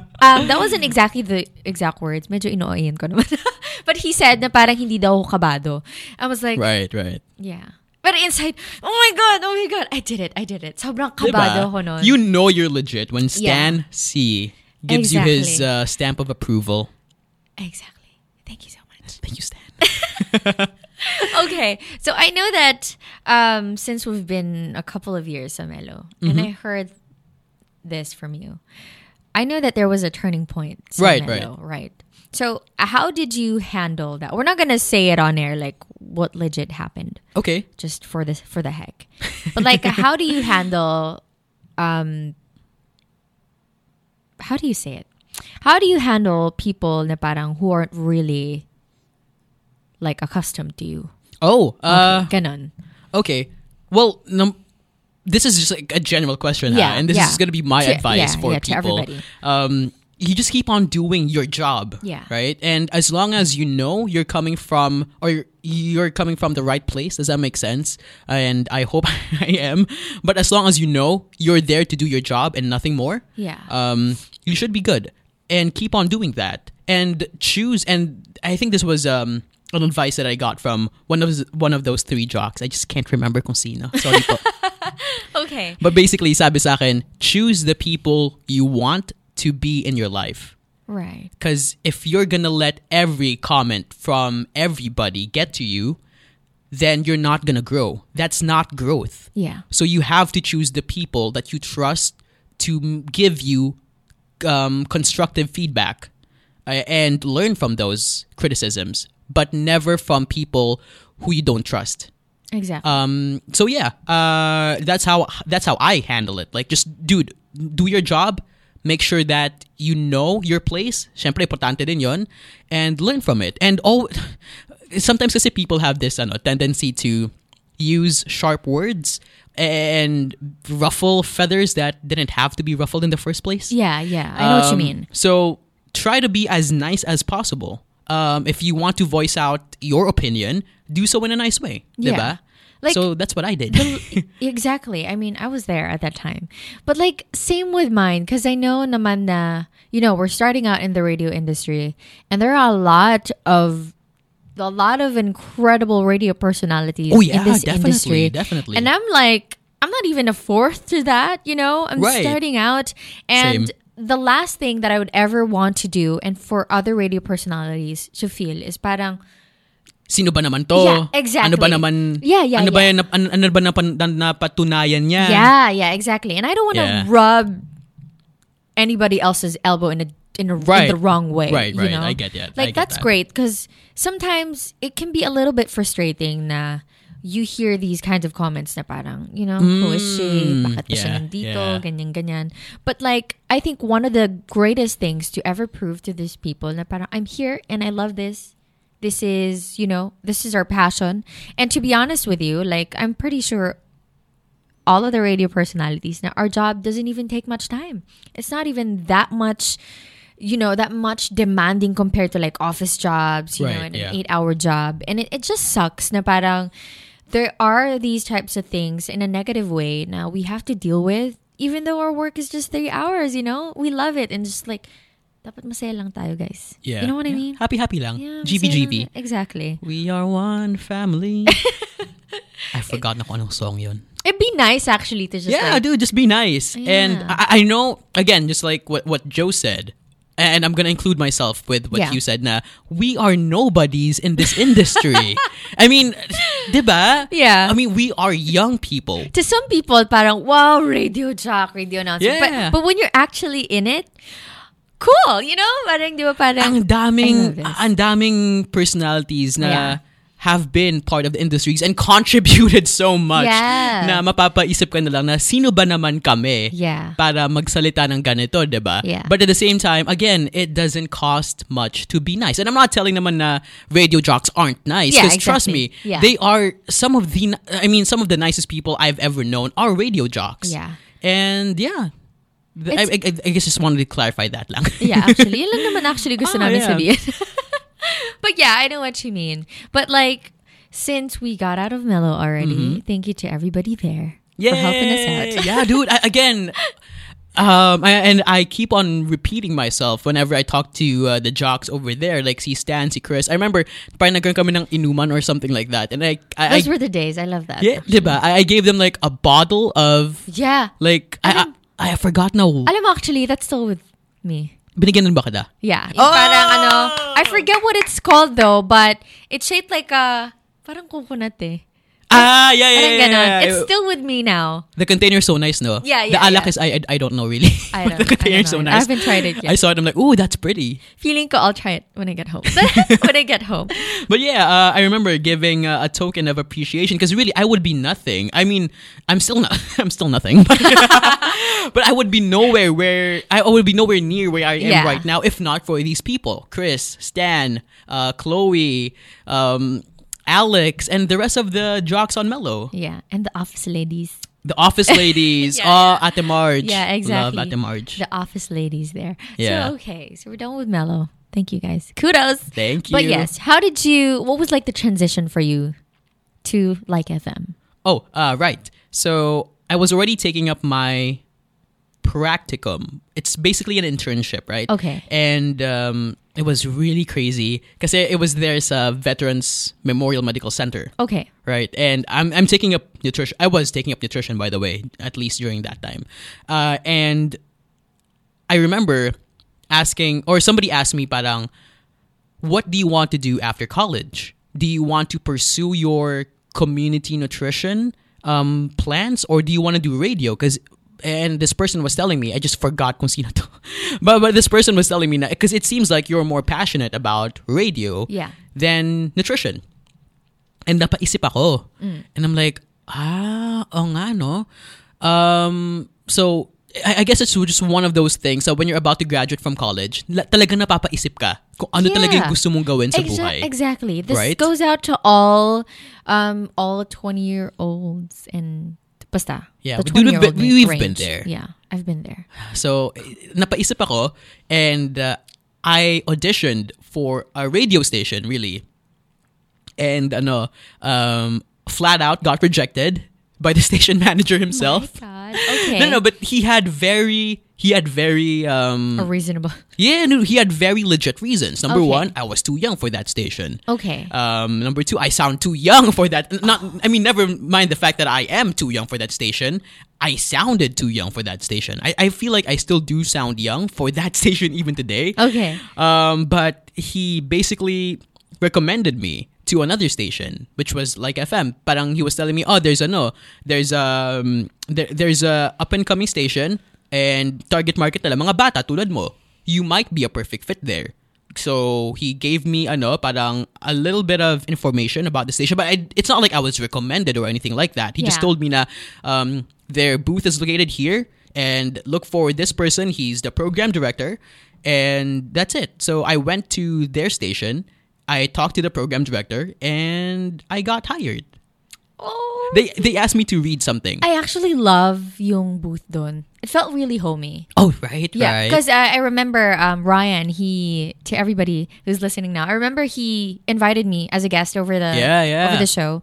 um, that wasn't exactly the exact words. Medyo inooyin ko naman. But he said na parang hindi daw ako kabado. I was like, Right, right. yeah. But inside, oh my God, oh my God, I did it, I did it. Sobrang kabado Diba? ko nun. You know you're legit when Stan C gives you his Exactly. uh, stamp of approval. exactly. Thank you so much. Thank you, Stan. Okay, so I know that um, since we've been a couple of years sa Melo, Mm-hmm. and I heard this from you, I know that there was a turning point. sa Right, Melo, right. So uh, how did you handle that? We're not gonna say it on air, like what legit happened, Okay. just for this for the heck. But like, how do you handle? Um, how do you say it? How do you handle people na parang who aren't really like accustomed to you? Oh, uh, Ganon. Okay. Well, num- this is just like a general question, yeah, Yeah, and this yeah. is going to be my To- advice yeah, for yeah, to people. everybody. um, you just keep on doing your job, Yeah. right? And as long as you know you're coming from or you're- you're coming from the right place, does that make sense? And I hope I am. But as long as you know you're there to do your job and nothing more, Yeah. um, you should be good and keep on doing that and choose and i think this was um an advice that i got from one of one of those three jocks i just can't remember kung sino sorry po. Okay. but basically sabi sa akin choose the people you want to be in your life Right. cuz if you're going to let every comment from everybody get to you then you're not going to grow that's not growth Yeah. so you have to choose the people that you trust to m- give you um, constructive feedback uh, and learn from those criticisms, but never from people who you don't trust. Exactly. Um, so yeah, uh, that's how that's how I handle it. Like, just dude, do your job, Make sure that you know your place. Siyempre, importante din yon. And learn from it. And oh, sometimes kasi people have this ano, tendency to use sharp words and ruffle feathers that didn't have to be ruffled in the first place. Yeah, yeah. I know what Um, you mean. So try to be as nice as possible. Um, if you want to voice out your opinion, do so in a nice way, Yeah. diba? Like- so that's what I did. exactly. I mean, I was there at that time. But like same with mine because I know naman na, you know, we're starting out in the radio industry and there are a lot of a lot of incredible radio personalities Oh, yeah, in this definitely, industry. definitely. And I'm like I'm not even a fourth to that, you know? I'm Right. starting out and Same. the last thing that I would ever want to do and for other radio personalities to feel is parang Sino ba naman to? Yeah, exactly. Ano ba naman? Yeah, yeah, ano ba yeah. yan? Ano, ano ba napan, na, napatunayan niya? Yeah, yeah, exactly. And I don't want to Yeah. rub anybody else's elbow in a in a in Right. the wrong way. Right, you right. know? I get that. Like I get that's that. great because sometimes it can be a little bit frustrating. Na you hear these kinds of comments na parang you know who is she? Bakit Mm, pa siya yeah, nandito? yeah. Ganyan ganyan. But like I think one of the greatest things to ever prove to these people na parang I'm here and I love this. This is, you know, this is our passion. And to be honest with you, like I'm pretty sure all of the radio personalities. Now, our job doesn't even take much time. It's not even that much, you know, that much demanding compared to like office jobs, you know, Right, and yeah. an eight hour job. And it, it just sucks na parang there are these types of things in a negative way now we have to deal with, even though our work is just three hours, you know? We love it. And just like, dapat masaya lang tayo, guys. Yeah. You know what I Yeah. mean? Happy, happy lang. Yeah, GB, masaya lang GB. tayo. Exactly. We are one family. I forgot na kung anong song yun. It'd be nice actually to just yeah, like, dude, just be nice. And Yeah. I, I know, again, just like what, what Joe said, and I'm going to include myself with what Yeah. you said na, we are nobodies in this industry. I mean, diba? Yeah. I mean, we are young people. to some people, parang, wow, radio jock, radio announcer. Yeah. But, but when you're actually in it, cool, you know? Parang, di ba, Ang parang, daming, I love this. ang daming personalities na Yeah. have been part of the industries and contributed so much Yeah. na mapapaisip ka na lang na sino ba naman kami Yeah. para magsalita ng ganito, 'di ba? Yeah. But at the same time, again, it doesn't cost much to be nice. And I'm not telling naman na radio jocks aren't nice Yeah, because trust me, exactly. Yeah. they are some of the ni- I mean, some of the nicest people I've ever known are radio jocks. Yeah. And yeah, Th- I, I, I guess just wanted to clarify that lang. yeah, actually, yun lang naman actually gusto Ah, namin yeah. sabihin. but yeah, I know what you mean. But like, since we got out of Mellow already, thank you to everybody there for helping us Mm-hmm. Yay! out. yeah, dude. I, again, um, I, and I keep on repeating myself whenever I talk to uh, the jocks over there, like si Stan, si Chris. I remember parang nagkaroon kami ng inuman or something like that, and I, I, I Those were the days. I love that. yeah, diba? I, I gave them like a bottle of Yeah. like I, I, I forgot na Alam mo, actually, that's still with me. binigyan ng ba kada? Yeah. Oh! Yung parang ano, I forget what it's called though, but it's shaped like a, parang coconut eh. Ah, yeah, yeah, Parang yeah, ganon. yeah, yeah. It's still with me now. The container's so nice, no? Yeah, The yeah, alak yeah. is I, I I don't know really. I But the don't- I don't container's so know. I nice. haven't tried it yet. I saw it. I'm like, ooh, that's pretty. Feeling ko I'll try it when I get home. when I get home. But yeah, uh, I remember giving uh, a token of appreciation because really I would be nothing. I mean, I'm still not. I'm still nothing. But, but I would be nowhere where I would be nowhere near where I am Yeah. right now if not for these people: Chris, Stan, uh, Chloe, um, Alex, and the rest of the jocks on Mellow, Yeah. And the office ladies. the office ladies. Yeah, oh, Ate Marge. Yeah, exactly. Love Ate Marge. The office ladies there. Yeah. So okay. So we're done with Mellow. Thank you guys. Kudos. Thank But you. yes, how did you what was like the transition for you to like FM? Oh, uh, right. So I was already taking up my practicum. It's basically an internship, right? Okay. And um, it was really crazy because it was there's a Veterans Memorial Medical Center, Okay. right? And I'm I'm taking up nutrition. I was taking up nutrition, by the way, at least during that time. Uh, and I remember asking, or somebody asked me, parang, what do you want to do after college? Do you want to pursue your community nutrition um, plans or do you want to do radio? Because and this person was telling me, I just forgot kung sino to. But, but this person was telling me, because it seems like you're more passionate about radio Yeah. than nutrition. And napaisip ako. And I'm like, ah, oh nga no. Um, so, I I guess it's just one of those things that when you're about to graduate from college, la- talaga napapaisip ka kung ano talaga yung Yeah. gusto mong gawin sa Exa- buhay. Exactly. This Right? goes out to all um all 20-year-olds and basta. Yeah, the we- dude, we've 20-year-old been- we've range. been there. Yeah, I've been there. So, eh, napaisip ako and uh, I auditioned for a radio station, really. And ano, um, flat out got rejected by the station manager himself. Oh My God. Okay. No, no, but he had very he had very um A reasonable. yeah, no, he had very legit reasons. Number 1, Okay. I was too young for that station. Okay. Um, number two, I sound too young for that. Not, I mean, never mind the fact that I am too young for that station. I sounded too young for that station. I, I feel like I still do sound young for that station even today. Okay. Um, but he basically recommended me to another station, which was like FM. Parang he was telling me, oh, there's a no, there's a um, there, there's a up and coming station and target market nila mga bata tulad mo. You might be a perfect fit there. So he gave me ano parang a little bit of information about the station, but I, it's not like I was recommended or anything like that. He just Yeah. told me na um, their booth is located here and look for this person. He's the program director and that's it. So I went to their station. I talked to the program director and I got hired. Oh. They they asked me to read something. I actually love yung booth doon. It felt really homey. oh right, Yeah, right. because I remember um, Ryan. He to everybody who's listening now. I remember he invited me as a guest over the Yeah, yeah. over the show,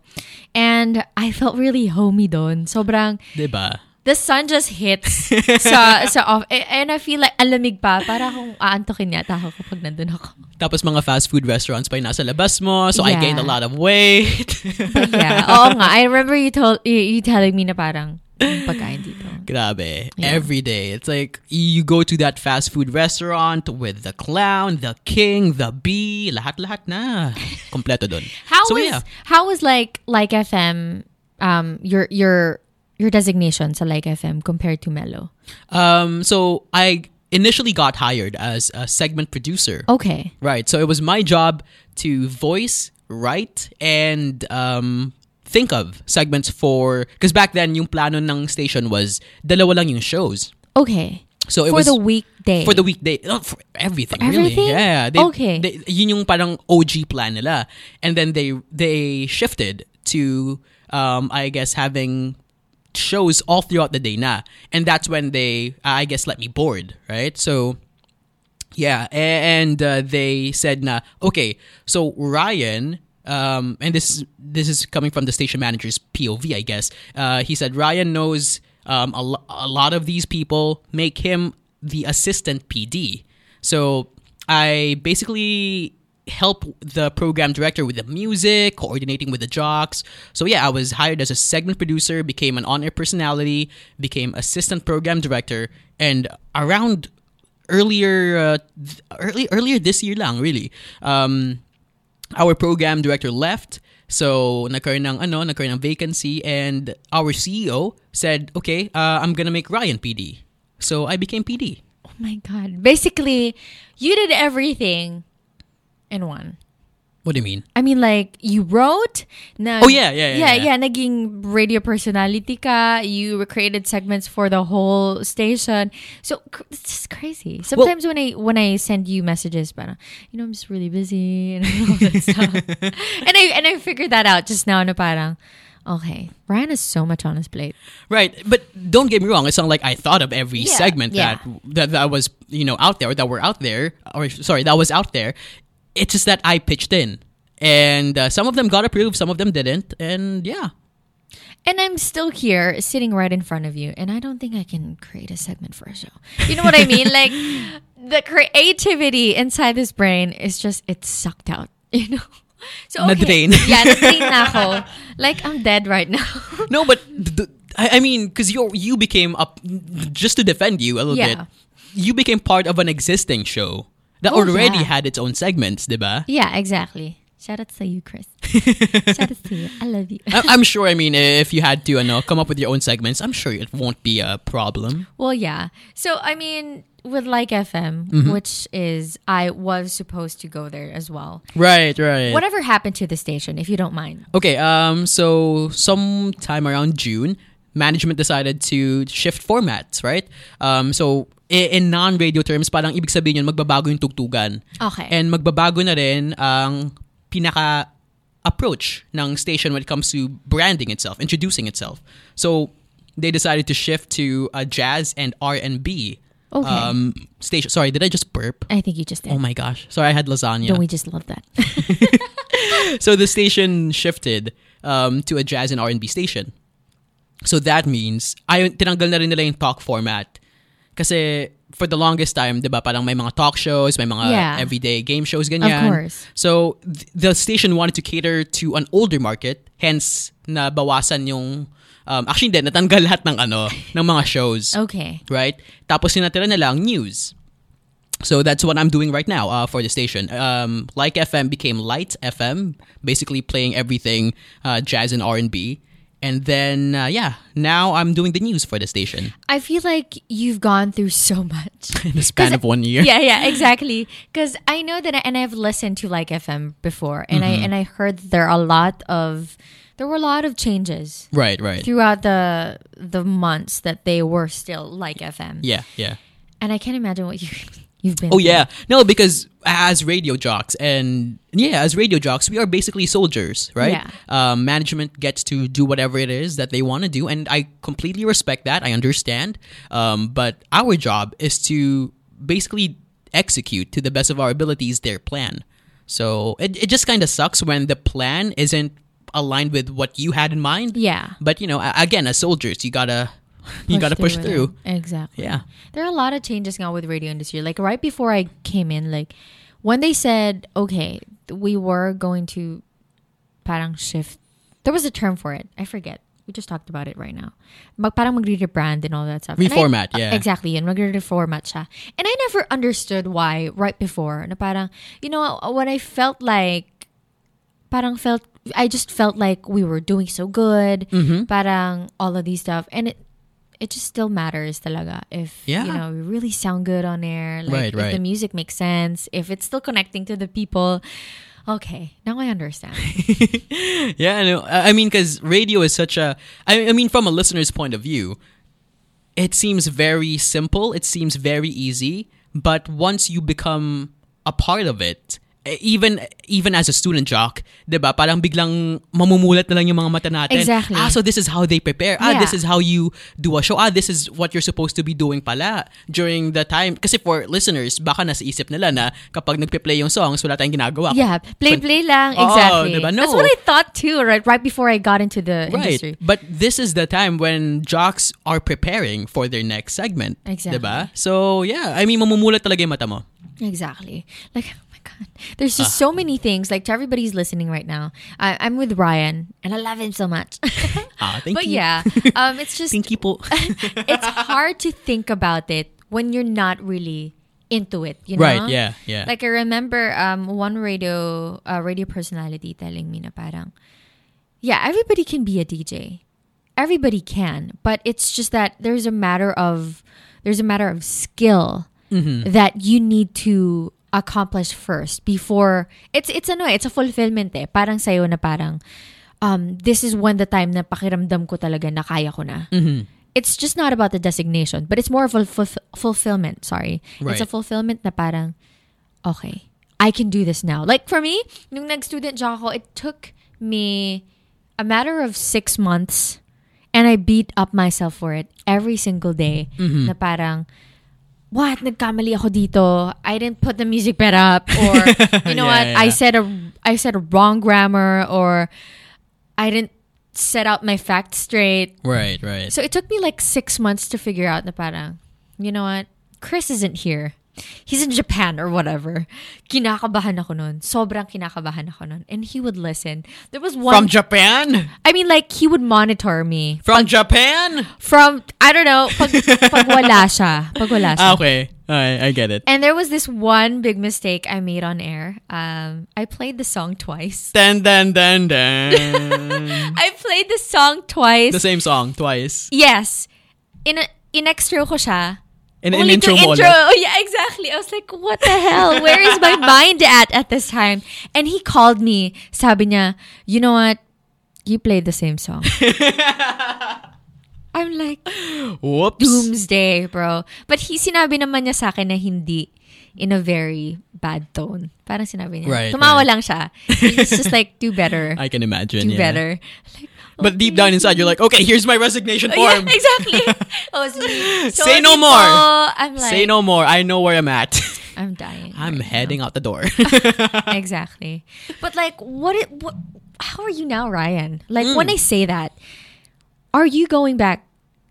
and I felt really homey doon. Sobrang Diba? the sun just hits sa sa off, a- and I feel like alamig pa. Para akong aantokin yata ako kapag nandun ako. Tapos mga fast food restaurants pa yung nasa labas mo. So I Yeah. gained a lot of weight. But yeah, oo nga. I remember you told you, you telling me na parang "Yung pagkain dito. Grabe. Every day. It's like you go to that fast food restaurant with the clown, the king, the bee, lahat-lahat na. Kompleto dun. How so was yeah. how was like like FM um your your your designation sa like FM compared to Mello? Um, so I initially got hired as a segment Oh. producer. Okay. Right. So it was my job to voice, write, and um, think of segments for... Because back then, yung plano ng station was dalawa lang yung shows. Okay. So it for was... the weekday. For the weekday. Oh, for everything, For everything? really. Yeah. They, Okay. They, yun yung parang OG plan nila. And then they they shifted to, um, I guess, having shows all throughout the day na. And that's when they, uh, I guess, let me board, right? So, yeah. a- And uh, they said na, okay, so Ryan... Um, and this this is coming from the station manager's POV, I guess. Uh, he said Ryan knows um, a, lo- a lot of these people. Make him the assistant PD. So I basically help the program director with the music, coordinating with the jocks. So yeah, I was hired as a segment producer, became an on-air personality, became assistant program director, and around earlier uh, th- early earlier this year lang really. Um, our program director left. So, nagkaroon ng, ano, nagkaroon ng vacancy. And our CEO said, okay, uh, I'm gonna make Ryan PD. So, I became PD. oh my god. Basically, you did everything in one. What do you mean? I mean, like you wrote. Oh, Now, yeah, yeah, yeah, yeah. yeah, Naging radio personality ka. You created segments for the whole station. So cr- it's just crazy. Sometimes when I when I send you messages, but you know I'm just really busy and all that stuff. and I and I figured that out just now. Na parang okay, Ryan has so much on his plate. Right, but don't get me wrong. It's not like I thought of every Yeah, segment that yeah. that that was you know out there that were out there, or sorry, that was out there. It's just that I pitched in, and uh, some of them got approved, some of them didn't, and yeah, And I'm still here sitting right in front of you, and I don't think I can create a segment for a show. You know what I mean? like the creativity inside this brain is just it's sucked out, you know? So okay. Na-drain. yeah, na-drain na ako. Like I'm dead right now. no, but th- th- I, I mean, because you you became up just to defend you a little Yeah. bit. You became part of an existing show that Oh, already yeah. had its own segments, diba? yeah, exactly. Shout out to you, Chris. Shout out to you. I love you. I- I'm sure. I mean, if you had to, you know, come up with your own segments, I'm sure it won't be a problem. Well, yeah. So I mean, with like FM, which is I was supposed to go there as well. Right, right. Whatever happened to the station, if you don't mind. Okay, um, so sometime around June, management decided to shift formats, right? Um, so, i- in non-radio terms, parang ibig sabihin yun, magbabago yung tugtugan. Okay. And magbabago na rin ang pinaka approach ng station when it comes to branding itself, introducing itself. So, they decided to shift to uh, jazz and R&B Okay. um, station. Sorry, did I just burp? I think you just did. Oh my gosh. Sorry, I had lasagna. Don't we just love that? so the station shifted um, to a jazz and R&B station. So that means, ayun, tinanggal na rin nila yung talk format. Kasi for the longest time, di ba, parang may mga talk shows, may mga Yeah. everyday game shows, ganyan. course. So th- the station wanted to cater to an older market, hence nabawasan yung, um, actually hindi, natanggal lahat ng ano, ng mga shows. okay. Right? Tapos sinatira na lang news. So that's what I'm doing right now uh, for the station. Um, like FM became Light FM, basically playing everything uh, jazz and R&B. And then uh, yeah, now I'm doing the news for the station I feel like you've gone through so much. in the span of 'Cause- one year. yeah, yeah, exactly. Because I know that, I, and I've listened to like FM before, and Mm-hmm. I and I heard there are a lot of there were a lot of changes Right, right. throughout the the months that they were still like FM. Yeah, yeah. and I can't imagine what you you've been. Oh yeah, no, because as radio jocks and yeah, as radio jocks, we are basically soldiers, right? Yeah. Um, management gets to do whatever it is that they want to do, and I completely respect that. I understand, um, but our job is to basically execute to the best of our abilities their plan. So it it just kind of sucks when the plan isn't aligned with what you had in mind. Yeah. But you know, a- again, as soldiers, you gotta you gotta push it. through. Exactly. Yeah. There are a lot of changes now with radio industry. Like right before I came in, like when they said, okay, we were going to parang shift. There was a term for it. I forget. We just talked about it right now. Mag parang mag-rebrand and all that stuff. And I- Uh, Reformat, yeah. Exactly, and mag-reformat siya. And I never understood why right before. Na parang, you know, when I felt like parang felt I just felt like we were doing so good. Mm-hmm. Parang all of these stuff and it it just still matters talaga if you Yeah. know we really sound good on air Right, like if right. the music makes sense if it's still connecting to the people okay now i understand Yeah, I know. I I mean, because radio is such a. I, I mean, from a listener's point of view, it seems very simple. It seems very easy, but once you become a part of it, e- even even as a student jock, 'di ba? Parang biglang mamumulat na lang yung mga mata natin. Exactly. Ah, so this is how they prepare. Ah, this Yeah. is how you do a show. Ah, this is what you're supposed to be doing pala during the time. Kasi for listeners, baka nasa isip nila na kapag nagpe-play yung songs, wala tayong ginagawa. yeah play play lang Oo, exactly Oh, diba? that's No. what i thought too right right before i got into the industry But this is the time when jocks are preparing for their next segment. Exactly. Diba? So, yeah. I mean, mamumulat talaga yung mata mo. Exactly. Like, oh my God. There's just Ah. so many things. Like, to everybody's listening right now, I, I'm with Ryan and I love him so much. Ah, thank but you. yeah, um, it's just, Thank you po. it's hard to think about it when you're not really into it, you know? Right, yeah, yeah. Like, I remember um, one radio uh, radio personality telling me na parang, yeah, everybody can be a DJ. Everybody can, but it's just that there's a matter of there's a matter of skill that you need to accomplish first before it's it's ano eh, it's a fulfillment eh. Parang sayo na parang um this is when the time na pakiramdam ko talaga na kaya ko na. It's just not about the designation, but it's more of a fulf- fulfillment, sorry. It's a Right. fulfillment na parang okay, I can do this now. Like for me, nung nag-student job ako, it took me a matter of six months and I beat up myself for it every single day Mm-hmm. na parang, what, nagkamali ako dito. I didn't put the music bed up or, you know Yeah, what, yeah. I said a, I said a wrong grammar or I didn't set out my facts straight. right, right. So it took me like six months to figure out na parang, you know what? Chris isn't here. He's in Japan or whatever. Kinakabahan ako nun. Sobrang kinakabahan ako nun. And he would listen. There was From one, Japan? I mean like, he would monitor me. From Japan? From, I don't know, pag, pag wala siya. Pag wala siya. Ah, okay. Alright, I get it. And there was this one big mistake I made on air. Um, I played the song twice. Then, then, then, then. I played the song twice. Hmm. the same song twice. yes. In a, in extra ko siya. In, in Only intro to mo intro. ulit. Oh, yeah, exactly. I was like, what the hell? Where is my mind at at this time? And he called me. Sabi niya, you know what? You played the same song. I'm like, Whoops. doomsday, bro. But he, sinabi naman niya sa akin na hindi in a very bad tone. Parang sinabi niya. Right, Tumawa right. lang siya. He's just like, do better. I can imagine. yeah. do better. Like, But deep down inside, you're like, okay, here's my resignation "Okay." Yeah, form. exactly. oh, sorry. Say no Sorry more. po. I'm like, Say no more. I know where I'm at. I'm dying. I'm right heading out the door. now. exactly. But like, what? It, what? How are you now, Ryan? Like, when Hmm. I say that, are you going back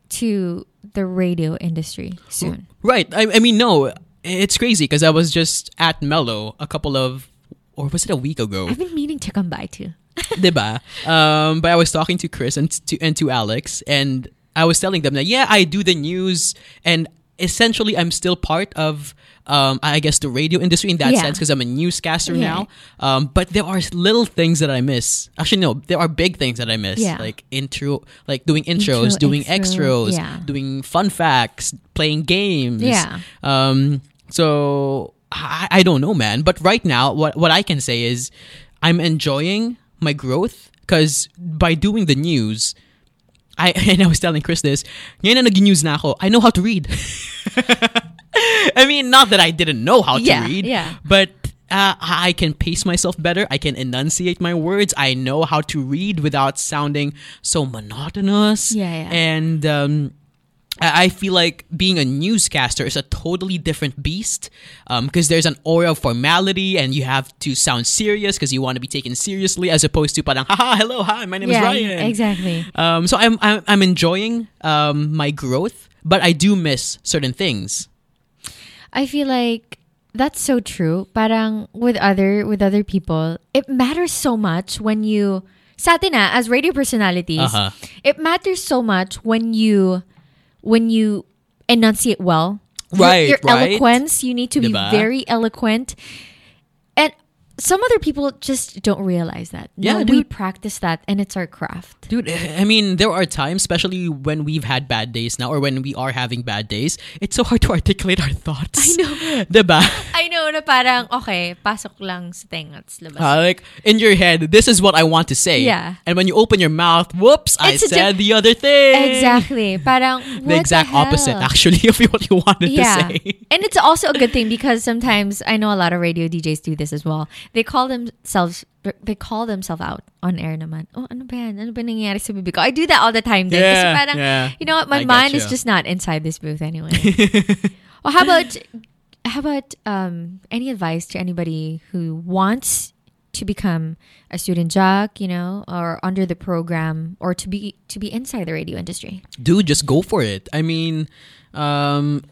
to the radio industry soon? right. I, I mean, no, it's crazy because I was just at Mello a couple of, or was it a week ago? I've been meaning to come by too. diba? Um, but I was talking to Chris and to and to Alex, and I was telling them that yeah, I do the news, and essentially I'm still part of. Um, I guess the radio industry in that Yeah. sense because I'm a newscaster Yeah. now. Um, but there are little things that I miss. Actually, no, there are big things that I miss, Yeah. like intro, like doing intros, Intro, doing extro, extros, yeah. doing fun facts, playing games. Yeah. Um, so I, I don't know, man. But right now, what what I can say is I'm enjoying my growth because by doing the news. I, and I was telling Chris this, ngayon na nag-news na ako, I know how to read. I mean, not that I didn't know how Yeah, to read, yeah. but uh, I can pace myself better. I can enunciate my words. I know how to read without sounding so monotonous. Yeah, yeah. And um, I I feel like being a newscaster is a totally different beast because there's an aura of formality and you have to sound serious because you want to be taken seriously as opposed to parang, haha, hello, hi, my name is Ryan. exactly. Um, so I'm, I'm, I'm enjoying um, my growth, but I do miss certain things. I feel like that's so true. Parang with other with other people, it matters so much when you sa atin ah, as radio personalities, Uh-huh. it matters so much when you when you enunciate well. Your- Right, your, right. eloquence, you need to be Diba? very eloquent. And some other people just don't realize that. Yeah, no, we dude. practice that and it's our craft. Dude, I mean, there are times, especially when we've had bad days now or when we are having bad days, it's so hard to articulate our thoughts. I know. Diba? I know na parang okay, pasok lang sa tengats labas. Uh, like, in your head, this is what I want to say. Yeah. And when you open your mouth, whoops, I It's a said the other thing. Exactly. Parang what The exact hell? opposite, actually, of what you wanted Yeah. to say. and it's also a good thing because sometimes I know a lot of radio DJs do this as well. They call themselves they call themselves out on air naman. Oh, ano ba yan? Ano ba nangyayari sa bibig ko? I do that all the time din. Kasi Yeah, parang, yeah. you know what? My I get mind you. is just not inside this booth anyway. well, how about how about um, any advice to anybody who wants to become a student jock, you know, or under the program or to be to be inside the radio industry? dude, just go for it. I mean, um,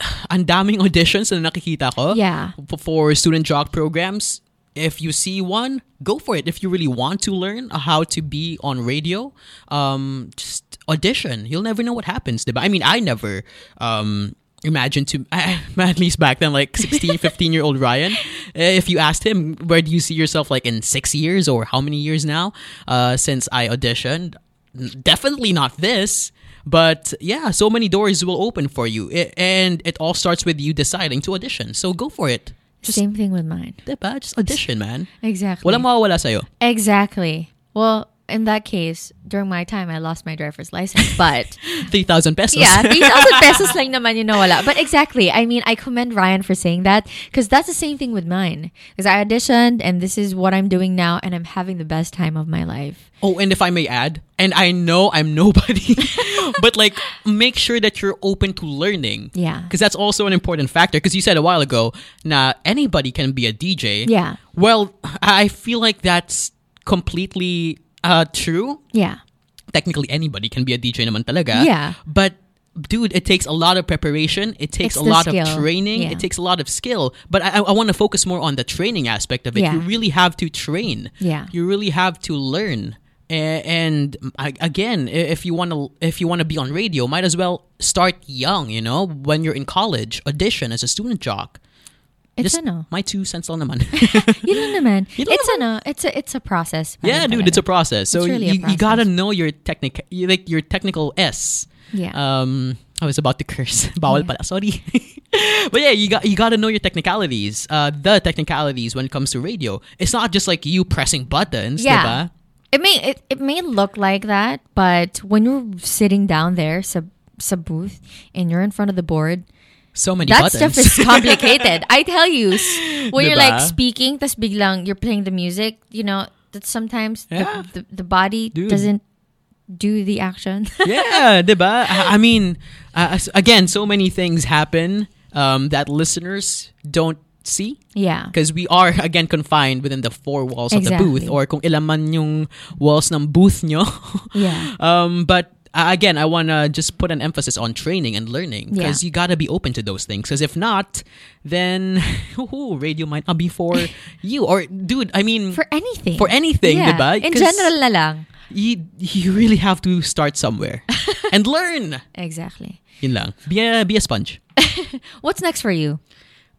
ang daming auditions na nakikita ko Yeah. f- for student jock programs. If you see one, go for it. If you really want to learn how to be on radio, um, just audition. You'll never know what happens. diba? I mean, I never um, imagined to, at least back then, like 16, 15 year old Ryan, eh, if you asked him, where do you see yourself like in six years or how many years now uh, since I auditioned? N- Definitely not this. But yeah, so many doors will open for you, I and it all starts with you deciding to audition. So go for it. Just, Same thing with mine. diba? Just audition, man. Exactly. Walang mawawala sa'yo. exactly. Well, in that case, during my time, I lost my driver's license, but 3,000 pesos. yeah, 3,000 pesos lang naman yun nawala. But exactly, I mean, I commend Ryan for saying that because that's the same thing with mine. Because I auditioned and this is what I'm doing now and I'm having the best time of my life. oh, and if I may add, and I know I'm nobody, but like make sure that you're open to learning. Yeah. Because that's also an important factor. Because you said a while ago, nah, anybody can be a DJ. Yeah. Well, I feel like that's completely uh, true. Yeah. technically anybody can be a DJ naman talaga. Yeah. But dude, it takes a lot of preparation. It takes a It's the lot skill. of training. Yeah. It takes a lot of skill. But I, I want to focus more on the training aspect of it. Yeah. You really have to train. Yeah. You really have to learn. A- And I- again, i- if you want to, if you want to be on radio, might as well start young. You know, when you're in college, audition as a student jock. It's Just a no. my two cents lang naman. Yun lang naman. lang it's a no. It's a, it's a process. yeah, Parang dude, talaga. it's a process. So It's really a you, you process. gotta know your technic, you- like your technical S. Yeah. Um, I was about to curse. Bawal pala. Sorry. but yeah, you got you got to know your technicalities. Uh, the technicalities when it comes to radio. It's not just like you pressing buttons, Yeah. diba? It may it, it may look like that, but when you're sitting down there, sub sub booth, and you're in front of the board, So many that buttons. stuff is complicated. I tell you, s- when you're like Diba? speaking, tas biglang you're playing the music. You know that sometimes the- Yeah. the, the, body Dude. doesn't do the action. yeah, diba? I, I mean, uh, s- again, so many things happen um, that listeners don't see. yeah. Because we are, again, confined within the four walls of the booth Exactly. or kung ilan man yung walls ng booth nyo. Yeah. Um, but uh, again, I want to just put an emphasis on training and learning because Yeah. you got to be open to those things. Because if not, then ooh, radio might not be for you. Or, dude, I mean, For anything. for anything, yeah. diba? In 'Cause general na lang. You, you really have to start somewhere and learn. Exactly. Yun lang. Be a, be a sponge. What's next for you?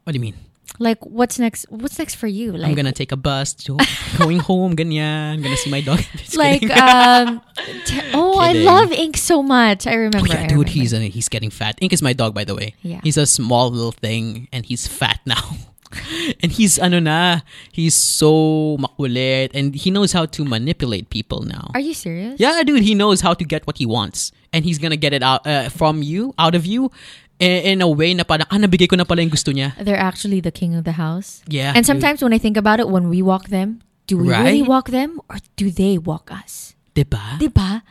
What do you mean? Like what's next what's next for you? Like I'm gonna take a bus, to, going home, ganyan. I'm gonna see my dog. Just like kidding. um t- oh I Kidding. love ink so much. I Oh remember. yeah, I dude, remember. he's uh, he's getting fat. Ink is my dog, by the way. Yeah. He's a small little thing, and he's fat now. and he's ano na, he's so makulit, and he knows how to manipulate people now. Are you serious? yeah, dude, he knows how to get what he wants, and he's gonna get it out uh, from you, out of you, in, in a way na parang ah, nabigay ko na pala yung gusto niya. They're actually the king of the house. Yeah, dude. And sometimes when I think about it, when we walk them, do we Right? really Ah. walk them or do they walk us? Diba? Diba?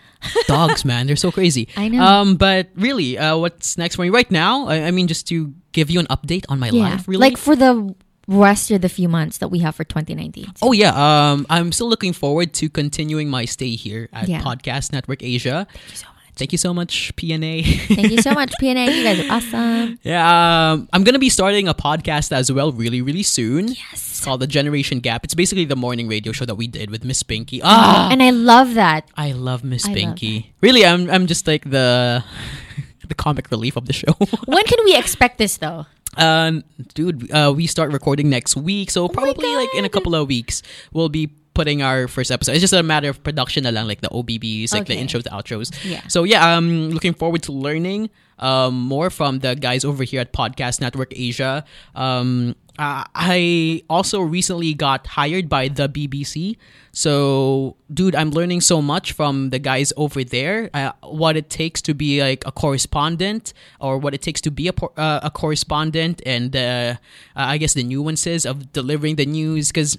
dogs, man. They're so crazy. I know. Um, but really, uh, what's next for me right now? I, I mean, just to give you an update on my Yeah. life, really. Like for the rest of the few months that we have for 2019. Oh yeah, um, I'm still looking forward to continuing my stay here at Yeah. Podcast Network Asia. Thank you so much. Thank you so much, PNA. Thank you so much, PNA. You guys are awesome. yeah, um, I'm gonna be starting a podcast as well, really, really soon. It's Yes. called The Generation Gap. It's basically the morning radio show that we did with Miss Pinky. Ah, And I love that. I love Miss I love Pinky. Really, I'm I'm just like the the comic relief of the show. When can we expect this though? Um, dude, uh, we start recording next week, so probably like in a Oh God. couple of weeks we'll be putting our first episode. It's just a matter of production along like the OBBs, like the Okay. intros, the outros. Yeah. So yeah, I'm looking forward to learning um more from the guys over here at Podcast Network Asia. Um, uh, I also recently got hired by the BBC. So, dude, I'm learning so much from the guys over there. Uh, what it takes to be like a correspondent, or what it takes to be a por- uh, a correspondent, and uh, I guess the nuances of delivering the news. Because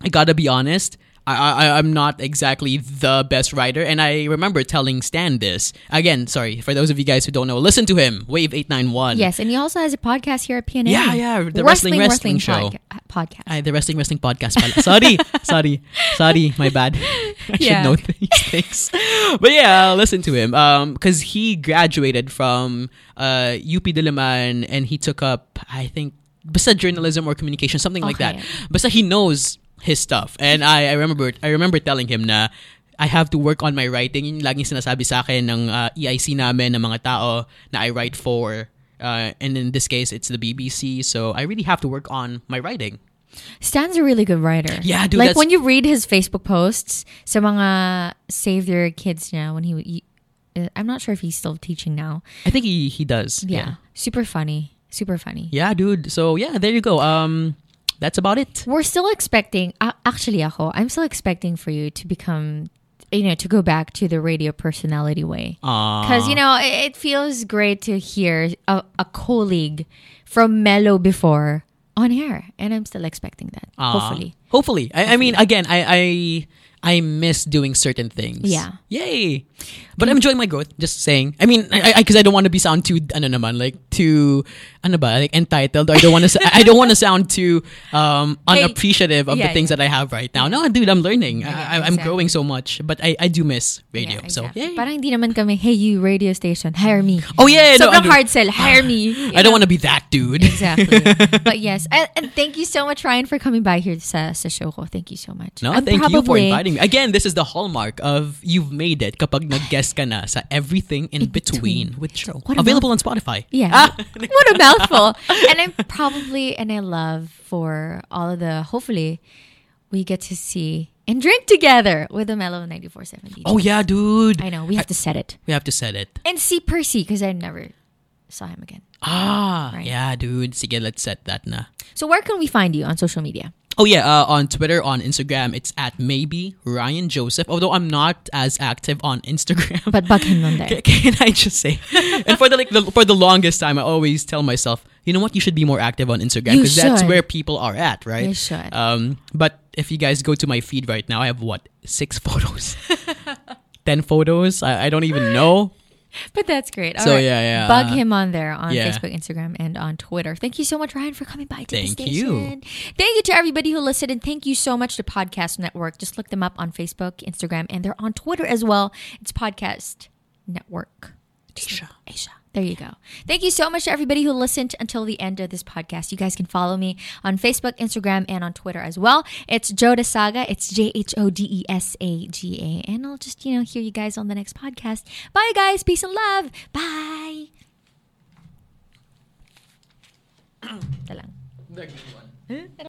I gotta be honest. I, I I'm not exactly the best writer, and I remember telling Stan this again. Sorry for those of you guys who don't know. Listen to him, Wave Eight Nine One. Yes, and he also has a podcast here at PNA. Yeah, yeah, the Wrestling Wrestling Show. podca- podcast. I, the wrestling wrestling podcast. Pala. Sorry, sorry, sorry. My bad. I Yeah. should know these things. But yeah, listen to him. Um, because he graduated from uh UP Diliman and he took up I think basta journalism or communication something like that. Okay. Basta he knows his stuff. And I I remember I remember telling him na I have to work on my writing. Yun yung laging sinasabi sa akin ng uh, EIC namin ng mga tao na I write for. Uh, and in this case, it's the BBC. So I really have to work on my writing. Stan's a really good writer. Yeah, dude, Like that's- when you read his Facebook posts, sa mga save their kids now when he, he uh, I'm not sure if he's still teaching now. I think he he does. Yeah. Super funny. Super funny. Yeah, dude. So yeah, there you go. Um, that's about it. We're still expecting uh, actually ako, I'm still expecting for you to become you know, to go back to the radio personality way. Ah, Because, you know, it, it feels great to hear a, a colleague from Mellow before on air. And I'm still expecting that. Hopefully. ah. Hopefully. I, I mean, again, I I I miss doing certain things. Yeah. Yay. But I'm enjoying my growth. Just saying. I mean, I because I, don't want to be sound too ano naman like too ano ba like entitled. Or I don't want to. I don't want to sound too um unappreciative of Yeah, the things yeah. that I have right now. No, dude, I'm learning. I, I, I'm exactly. growing so much. But I I do miss radio. Yeah, So exactly. yay. Parang hindi naman kami, hey you, radio station, hire me. Oh, yeah, no, I Sobrang do. hard sell, hire me. I don't want to be that dude. Exactly. but yes, and, and thank you so much, Ryan, for coming by here sa, sa show ko. Thank you so much. No, I'm thank you for probably- inviting me. Again, this is the hallmark of you've made it kapag nag-guest ka na sa everything in, In between, between. with Joe. What a Available on Spotify. Yeah. Ah! what a mouthful. And I'm probably, and I love for all of the, hopefully, we get to see and drink together with the Mellow 9470. Oh yeah, dude. I know, we have to set it. We have to set it. And see Percy, because I never saw him again. Ah, Right. yeah, dude. Sige, let's set that na. So, where can we find you on social media? Oh yeah, uh, on Twitter, on Instagram, it's at maybe Ryan Joseph. Although I'm not as active on Instagram, But bug him on Can, there. can I just say? and for the like, the, for the longest time, I always tell myself, you know what, you should be more active on Instagram You because that's should. where people are at, right? You should. Um, but if you guys go to my feed right now, I have what six photos, ten photos. I, I don't even know. But that's great. All So, right. yeah, yeah. Bug him on there on Yeah. Facebook, Instagram, and on Twitter. Thank you so much, Ryan, for coming by. To Thank the you. station. Thank you to everybody who listened, and thank you so much to Podcast Network. Just look them up on Facebook, Instagram, and they're on Twitter as well. It's Podcast Network. Asia. Asia. There you go. Thank you so much to everybody who listened until the end of this podcast. You guys can follow me on Facebook, Instagram, and on Twitter as well. It's Joda Saga. It's J H O D E S A G A. And I'll just, you know, hear you guys on the next podcast. Bye, guys. Peace and love. Bye. Ito lang.